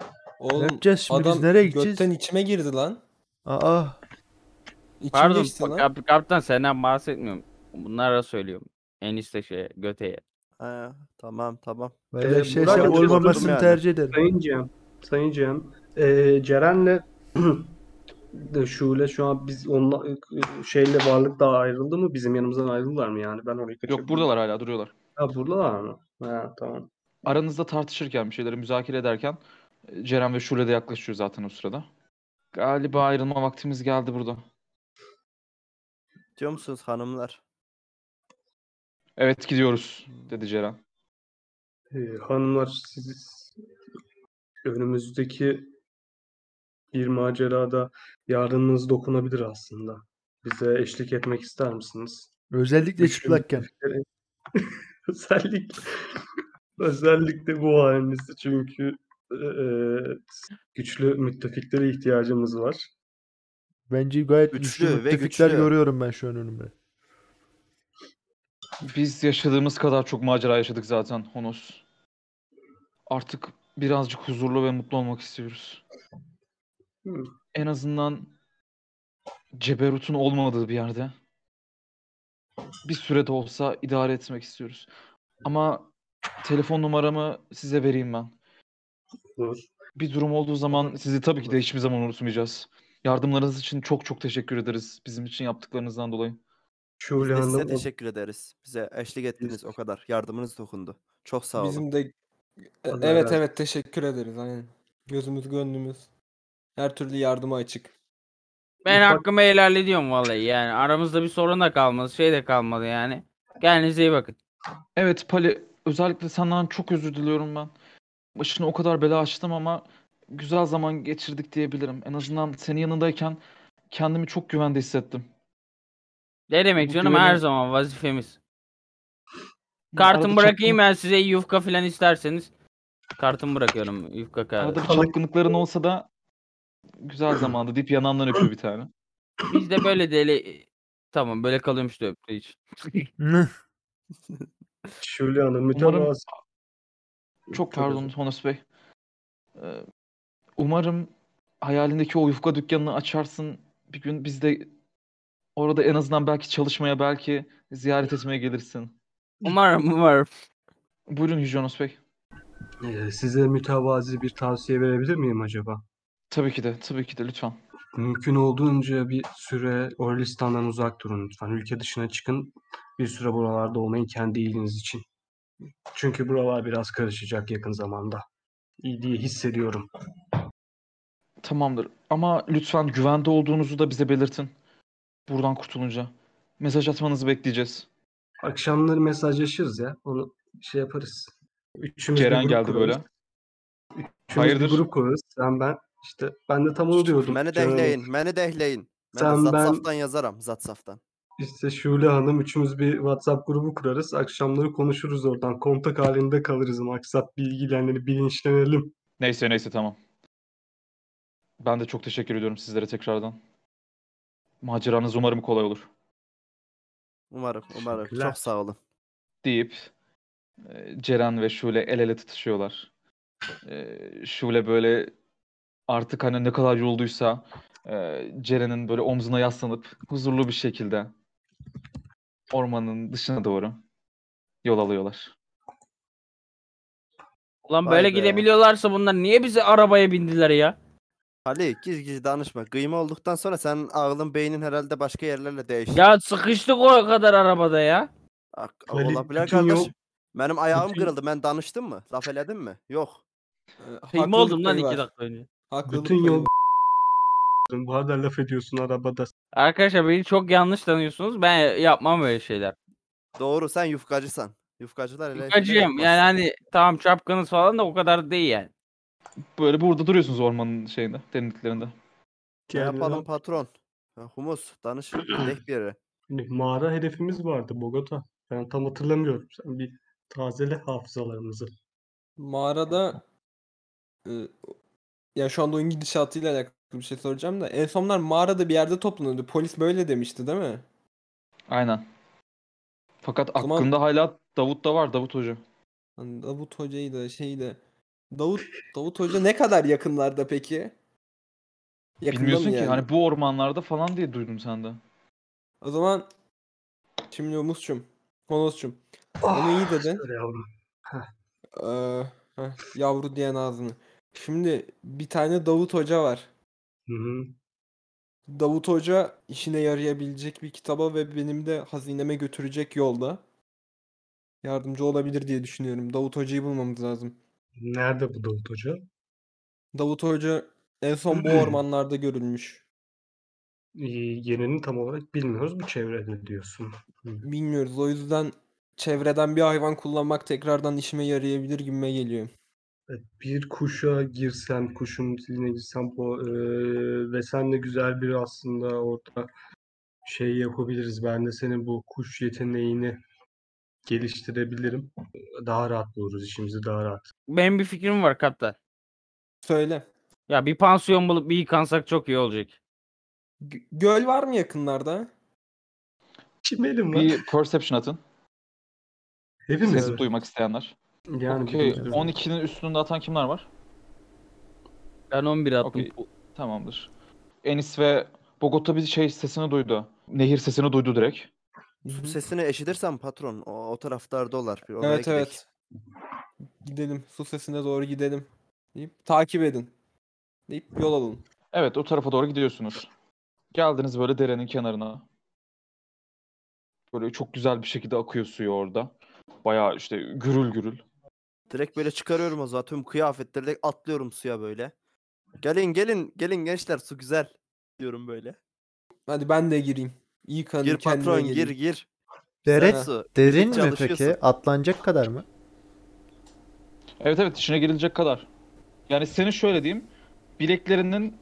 Speaker 3: Ne
Speaker 2: Oğlum
Speaker 3: yapacağız şimdi biz
Speaker 2: adam
Speaker 3: nereye gideceğiz?
Speaker 2: götten içime girdi lan.
Speaker 3: Aa
Speaker 2: İçim
Speaker 5: Pardon
Speaker 2: geçti lan.
Speaker 5: kap- kaptan senden bahsetmiyorum. Bunlara söylüyorum. Enişte şeye göteye.
Speaker 6: Ha, tamam tamam.
Speaker 3: böyle
Speaker 4: Ee,
Speaker 3: şey
Speaker 4: Burak
Speaker 3: şey
Speaker 4: Hocam
Speaker 3: olmamasını
Speaker 6: yani.
Speaker 3: tercih ederim.
Speaker 4: Sayın Cem, Sayın Cem, eee, Ceren'le de Şule şu an biz onunla şeyle varlık daha ayrıldı mı? Bizim yanımızdan ayrıldılar mı yani? Ben orayı kaçırdım.
Speaker 1: Yok buradalar hala duruyorlar.
Speaker 4: Ha buradalar mı? Ha tamam.
Speaker 1: aranızda tartışırken bir şeyleri müzakere ederken e, Ceren ve Şule de yaklaşıyor zaten o sırada. Galiba ayrılma vaktimiz geldi burada.
Speaker 6: Diyor musunuz hanımlar?
Speaker 1: Evet gidiyoruz dedi Ceren.
Speaker 4: Ee, hanımlar siz önümüzdeki bir macerada yardımınız dokunabilir aslında. Bize eşlik etmek ister misiniz?
Speaker 3: Özellikle
Speaker 4: Düşün.
Speaker 3: çıplakken.
Speaker 4: Özellikle özellikle bu halinizi çünkü eee, güçlü müttefiklere ihtiyacımız var.
Speaker 3: Bence gayet
Speaker 6: Güçlü
Speaker 3: güçlü
Speaker 6: ve
Speaker 3: müttefikler
Speaker 6: güçlü.
Speaker 3: görüyorum ben şu an önümde.
Speaker 1: Biz yaşadığımız kadar çok macera yaşadık zaten Honos. Artık birazcık huzurlu ve mutlu olmak istiyoruz.
Speaker 4: Hı.
Speaker 1: En azından Ceberut'un olmadığı bir yerde bir süre de olsa idare etmek istiyoruz. Ama telefon numaramı size vereyim ben.
Speaker 4: Olur.
Speaker 1: Bir durum olduğu zaman sizi tabii ki de hiçbir zaman unutmayacağız. Yardımlarınız için çok çok teşekkür ederiz. Bizim için yaptıklarınızdan dolayı.
Speaker 6: Biz
Speaker 4: Şule
Speaker 6: de size
Speaker 4: Hanım o-
Speaker 6: teşekkür ederiz. Bize eşlik ettiniz o kadar. Yardımınız dokundu. Çok sağ olun.
Speaker 2: Bizim de E,
Speaker 4: Allah
Speaker 2: evet
Speaker 4: razı-
Speaker 2: evet teşekkür ederiz aynen. Gözümüz gönlümüz. Her türlü yardıma açık.
Speaker 5: Ben
Speaker 4: Ufak-
Speaker 5: hakkımı helal ediyorum vallahi yani. Aramızda bir sorun da kalmadı. Şey de kalmadı yani. Kendinize iyi bakın.
Speaker 1: Evet Pali, özellikle senden çok özür diliyorum ben. Başına o kadar bela açtım ama güzel zaman geçirdik diyebilirim. En azından senin yanındayken kendimi çok güvende hissettim.
Speaker 5: Ne demek
Speaker 1: Bu
Speaker 5: canım her
Speaker 1: güveni-
Speaker 5: zaman vazifemiz.
Speaker 1: Arada
Speaker 5: Kartımı bırakayım
Speaker 1: çapkın-
Speaker 5: ben size yufka falan isterseniz. Kartımı bırakıyorum yufka kağıdı.
Speaker 1: Arada bir çapkınlıkların olsa da güzel zamandı deyip yanağımdan öpüyor bir tane.
Speaker 5: Bizde böyle deli... Tamam böyle kalıyormuş da öptüğü için.
Speaker 4: Şule Hanım
Speaker 1: Umarım-
Speaker 4: mütevazı.
Speaker 1: Çok
Speaker 4: Çok özür
Speaker 1: pardon Honos Bey. Ee, Umarım hayalindeki o yufka dükkanını açarsın. Bir gün biz de orada en azından belki çalışmaya belki ziyaret etmeye gelirsin.
Speaker 5: Umarım umarım.
Speaker 1: Buyurun Yüce Honos Bey.
Speaker 4: Ee, size mütevazi bir tavsiye verebilir miyim acaba?
Speaker 1: Tabii ki de, tabii ki de lütfen.
Speaker 4: Mümkün olduğunca bir süre Orlistan'dan uzak durun lütfen. Ülke dışına çıkın. Bir süre buralarda olmayın kendi iyiliğiniz için. Çünkü buralar biraz karışacak yakın zamanda. İyi diye hissediyorum.
Speaker 1: Tamamdır. Ama lütfen güvende olduğunuzu da bize belirtin. Buradan kurtulunca. Mesaj atmanızı bekleyeceğiz.
Speaker 4: Akşamları mesajlaşırız ya. Onu şey yaparız. Üçümüz bir
Speaker 1: Ceren
Speaker 4: grup
Speaker 1: geldi
Speaker 4: kurarız.
Speaker 1: böyle.
Speaker 4: Üçümüz bir
Speaker 1: Hayırdır?
Speaker 4: grup kurarız. Sen ben işte ben de tam onu diyordum.
Speaker 6: Beni
Speaker 4: Ceren Hanım.
Speaker 6: dehleyin. Beni dehleyin. Ben de
Speaker 4: Sen ben-
Speaker 6: Zatsaf'tan yazarım. Zatsaf'tan.
Speaker 4: İşte Şule Hanım üçümüz bir WhatsApp grubu kurarız. Akşamları konuşuruz oradan. Kontak halinde kalırız. Maksat bilgilerini bilinçlenelim.
Speaker 1: Neyse neyse tamam. Ben de çok teşekkür ediyorum sizlere tekrardan. Maceranız umarım kolay olur.
Speaker 6: Umarım, umarım.
Speaker 4: Teşekkürler.
Speaker 6: Çok sağ olun.
Speaker 1: deyip e, Ceren ve Şule el ele tutuşuyorlar. E, Şule böyle artık hani ne kadar yolduysa e, Ceren'in böyle omzuna yaslanıp huzurlu bir şekilde ormanın dışına doğru yol alıyorlar.
Speaker 5: Ulan
Speaker 6: Vay
Speaker 5: böyle
Speaker 6: be.
Speaker 5: gidebiliyorlarsa bunlar niye bizi arabaya bindiler ya?
Speaker 6: Ali giz giz danışma. Kıyma olduktan sonra senin ağlın beynin herhalde başka yerlerle değişti.
Speaker 5: Ya sıkıştık o kadar arabada ya.
Speaker 6: Ak-
Speaker 4: Ali,
Speaker 6: Olabilir
Speaker 4: bütün yol-
Speaker 6: kardeş. Benim ayağım
Speaker 4: bütün-
Speaker 6: kırıldı. Ben danıştım mı? Laf eledim mi? Yok.
Speaker 2: E,
Speaker 5: Kıyma oldum
Speaker 1: şey
Speaker 5: lan iki dakika önce.
Speaker 4: Bütün yol bu kadar laf ediyorsun arabada.
Speaker 5: Arkadaşlar beni çok yanlış tanıyorsunuz. Ben yapmam böyle şeyler.
Speaker 6: Doğru sen yufkacısan. Yufkacılar hele.
Speaker 5: Yufkacıyım yani hani tamam çapkınız falan da o kadar değil yani.
Speaker 1: Böyle burada duruyorsunuz ormanın şeyinde, derinliklerinde.
Speaker 6: Ne
Speaker 4: Yani
Speaker 6: yapalım patron? Ha, Humus danış. Gidek bir yere.
Speaker 4: hani mağara hedefimiz vardı Bogota. Ben tam hatırlamıyorum. Sen bir tazele hafızalarımızı.
Speaker 2: Mağarada e, ya şu anda oyun gidişatıyla alakalı bir şey soracağım da en sonlar mağarada bir yerde toplanıyordu. Polis böyle demişti değil mi?
Speaker 1: Aynen. Fakat
Speaker 2: O zaman-
Speaker 1: aklında hala Davut da var, Davut Hoca.
Speaker 2: Hani Davut Hoca'yı da şeyi de Davut Davut Hoca ne kadar yakınlarda peki? Yakında mı
Speaker 1: Bilmiyorsun ki
Speaker 2: yani?
Speaker 1: hani bu ormanlarda falan diye duydum sende.
Speaker 2: O zaman şimdi Musçum, Honosçum
Speaker 4: Ah,
Speaker 2: onu iyi dedin.
Speaker 4: Söyle yavrum.
Speaker 2: Ee, heh, yavru diyen ağzını. Şimdi bir tane Davut Hoca var.
Speaker 4: Hı hı.
Speaker 2: Davut Hoca işine yarayabilecek bir kitaba ve benim de hazineme götürecek yolda yardımcı olabilir diye düşünüyorum. Davut Hoca'yı bulmamız lazım.
Speaker 4: Nerede bu Davut Hoca?
Speaker 2: Davut Hoca en son bu ormanlarda görülmüş.
Speaker 4: Ee, Yerini tam olarak bilmiyoruz bu çevrede diyorsun.
Speaker 2: Bilmiyoruz. O yüzden çevreden bir hayvan kullanmak tekrardan işime yarayabilir gibime geliyor.
Speaker 4: Evet, E, Bir kuşa girsem, kuşun diline girsem bu, eee, ve sen de güzel bir aslında orada şey yapabiliriz. Ben de senin bu kuş yeteneğini geliştirebilirim. Daha rahat buluruz işimizi daha rahat.
Speaker 5: Benim bir fikrim var kaptan.
Speaker 2: Söyle.
Speaker 5: Ya bir pansiyon bulup bir yıkansak çok iyi olacak.
Speaker 2: G- göl var mı yakınlarda?
Speaker 4: Kim elim var?
Speaker 1: Bir perception atın.
Speaker 4: Hepimiz
Speaker 1: Sesi
Speaker 4: mi?
Speaker 1: duymak isteyenler.
Speaker 4: Yani
Speaker 1: Okey,
Speaker 4: bir-
Speaker 1: 12'nin üstünde atan kimler var?
Speaker 5: Ben 11 attım.
Speaker 1: Okey. Tamamdır. Enis ve Bogota bir şey sesini duydu. Nehir sesini duydu direkt.
Speaker 2: Hı hı.
Speaker 6: Sesini eşitirsen patron o, o taraftarda olar. Bir oraya
Speaker 2: Evet
Speaker 6: gidek.
Speaker 2: evet. Gidelim. Su sesine doğru gidelim. Deyip takip edin. Deyip yol alın.
Speaker 1: Evet, o tarafa doğru gidiyorsunuz. Geldiniz böyle derenin kenarına. Böyle çok güzel bir şekilde akıyor suyu orada. Bayağı işte gürül gürül.
Speaker 6: Direkt böyle çıkarıyorum o zaman tüm kıyafetleri direkt atlıyorum suya böyle. Gelin gelin gelin gençler su güzel diyorum böyle.
Speaker 2: Hadi ben de gireyim. İyi kanın
Speaker 6: Gir
Speaker 2: kendime
Speaker 6: patron gir
Speaker 2: geleyim.
Speaker 6: gir.
Speaker 3: Dere,
Speaker 2: Ha.
Speaker 6: Su.
Speaker 3: derin mi
Speaker 6: Çalışıyorsun.
Speaker 3: peki? Atlanacak kadar mı?
Speaker 1: Evet evet içine girilecek kadar. Yani senin şöyle diyeyim. Bileklerinin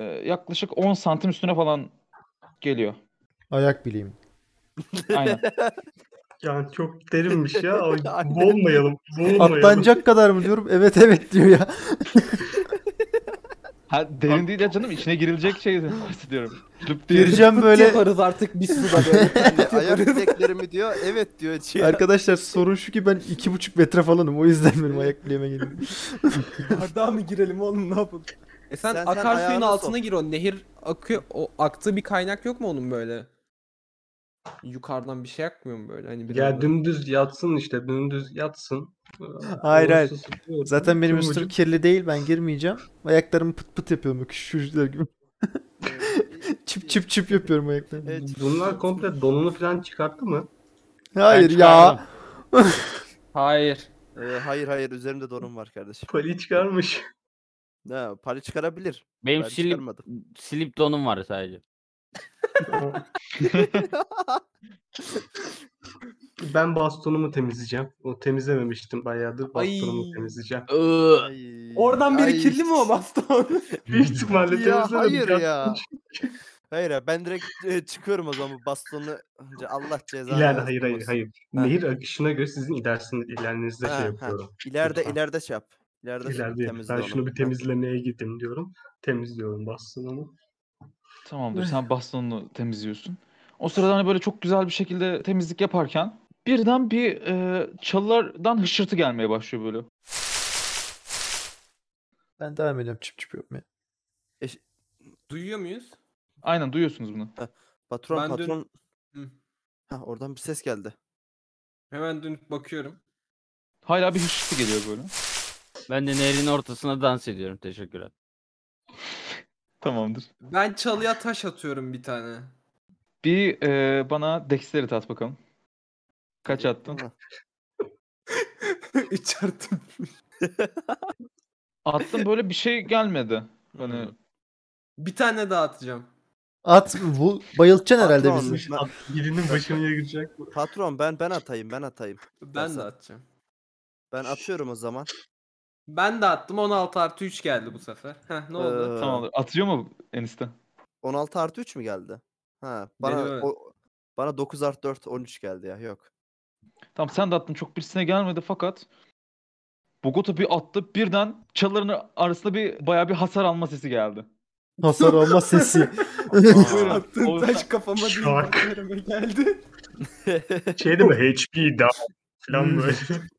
Speaker 1: e, yaklaşık 10 santim üstüne falan geliyor.
Speaker 3: Ayak bileyim.
Speaker 1: Aynen.
Speaker 4: Yani çok derinmiş ya. Ay,
Speaker 6: Aynen.
Speaker 4: Boğulmayalım, boğulmayalım.
Speaker 3: Atlanacak kadar mı diyorum? Evet evet diyor ya.
Speaker 1: Ha, derin değil ya canım içine girilecek şeyden bahsediyorum. Lüp diye.
Speaker 3: Gireceğim böyle.
Speaker 2: Yaparız artık biz suda böyle.
Speaker 6: Hani ayak bileklerimi diyor evet diyor. Şey-
Speaker 3: Arkadaşlar sorun şu ki ben iki buçuk metre falanım. O yüzden benim ayak bileğime geliyor.
Speaker 2: Bardağa mı girelim oğlum ne yapalım? E sen,
Speaker 6: Sen- sen
Speaker 2: akarsuyun
Speaker 6: ayağını
Speaker 2: altına
Speaker 6: sok.
Speaker 2: gir o nehir akıyor. O aktığı bir kaynak yok mu onun böyle? Yukarıdan bir şey akmıyor mu böyle? Hani biraz
Speaker 4: Ya
Speaker 2: da-
Speaker 4: dümdüz yatsın işte, dümdüz yatsın.
Speaker 3: Hayır, hayır.
Speaker 4: Orası sıkıyor,
Speaker 3: Zaten benim
Speaker 4: tüm
Speaker 3: üstüm
Speaker 4: vücut-
Speaker 3: kirli değil. Ben girmeyeceğim. Ayaklarımı pıt pıt yapıyorum. Böyle Şuşlar gibi. çip çip çip yapıyorum ayaklarımı.
Speaker 6: Evet.
Speaker 4: Bunlar komple donunu falan çıkarttı mı?
Speaker 3: Hayır
Speaker 5: Ben
Speaker 3: ya.
Speaker 5: çıkardım. Hayır.
Speaker 6: Ee, hayır hayır üzerimde donum var kardeşim.
Speaker 4: Pali çıkarmış.
Speaker 6: Ne pali çıkarabilir.
Speaker 5: Benim
Speaker 6: Ben
Speaker 5: silip,
Speaker 6: çıkarmadım.
Speaker 5: silip donum var sadece.
Speaker 4: Ben bastonumu temizleyeceğim. O temizlememiştim bayağıdır. Bastonumu
Speaker 2: Ay.
Speaker 4: temizleyeceğim.
Speaker 6: Ay,
Speaker 2: Oradan biri
Speaker 6: ay.
Speaker 2: kirli mi o baston?
Speaker 4: Büyük ihtimalle
Speaker 6: Ya
Speaker 4: temizlemedim.
Speaker 6: hayır
Speaker 4: Yatsın
Speaker 6: ya.
Speaker 4: çünkü.
Speaker 6: Hayır ya ben direkt e, çıkıyorum o zaman bu bastonu. Allah cezanı
Speaker 4: İleride
Speaker 6: versin
Speaker 4: hayır hayır
Speaker 6: olsun.
Speaker 4: hayır.
Speaker 6: Ha.
Speaker 4: Nehir akışına göre sizin ilerisinde, ilerinizde
Speaker 6: Ha,
Speaker 4: şey
Speaker 6: ha.
Speaker 4: yapıyorum.
Speaker 6: İleride
Speaker 4: Lütfen.
Speaker 6: ileride şey yap. İleride, şey yap,
Speaker 4: İleride yap.
Speaker 6: temizle
Speaker 4: Ben
Speaker 6: onu.
Speaker 4: şunu bir
Speaker 6: Ha.
Speaker 4: temizlemeye gideyim diyorum. Temizliyorum bastonumu.
Speaker 1: Tamamdır sen bastonunu temizliyorsun. O sırada hani böyle çok güzel bir şekilde temizlik yaparken birden bir e, çalılardan hışırtı gelmeye başlıyor böyle.
Speaker 3: Ben devam ediyorum çıp çıp yapmaya.
Speaker 2: Duyuyor muyuz?
Speaker 1: Aynen duyuyorsunuz bunu.
Speaker 6: Patron
Speaker 2: Ben dün-
Speaker 6: patron.
Speaker 2: Hı.
Speaker 6: Ha oradan bir ses geldi.
Speaker 2: Hemen dönüp bakıyorum.
Speaker 1: Hala bir hışırtı geliyor böyle.
Speaker 5: Ben de nehrin ortasına dans ediyorum. Teşekkürler.
Speaker 1: Tamamdır.
Speaker 2: Ben çalıya taş atıyorum bir tane.
Speaker 1: Bir e, bana dexterity at bakalım. Kaç attın?
Speaker 2: 3 artı
Speaker 1: Attım böyle bir şey gelmedi. Hani
Speaker 2: Bir tane daha atacağım.
Speaker 3: At bu bayıltacaksın herhalde
Speaker 6: Patron,
Speaker 3: bizi.
Speaker 6: ben-
Speaker 4: Birinin başını yakacak bu.
Speaker 6: patron ben ben atayım ben atayım.
Speaker 2: Ben de
Speaker 6: Nasıl?
Speaker 2: atacağım.
Speaker 6: Ben atıyorum o zaman.
Speaker 2: Ben de attım 16 artı 3 geldi bu sefer. Heh, ne oldu?
Speaker 6: Ee,
Speaker 1: tamamdır. Atıyor mu enişte?
Speaker 6: 16 artı 3 mü geldi? Ha bana
Speaker 2: Benim evet.
Speaker 6: o- bana 9 artı 4 13 geldi ya yok.
Speaker 1: Tamam sen de attın çok birisine gelmedi fakat Bogota bir attı birden çalıların arasında bir bayağı bir hasar alma sesi geldi.
Speaker 3: Hasar alma sesi.
Speaker 2: Attığın taş kafama değil
Speaker 4: Şak.
Speaker 2: yerime geldi.
Speaker 6: Hmm.
Speaker 4: Şey değil mi? HP down falan böyle.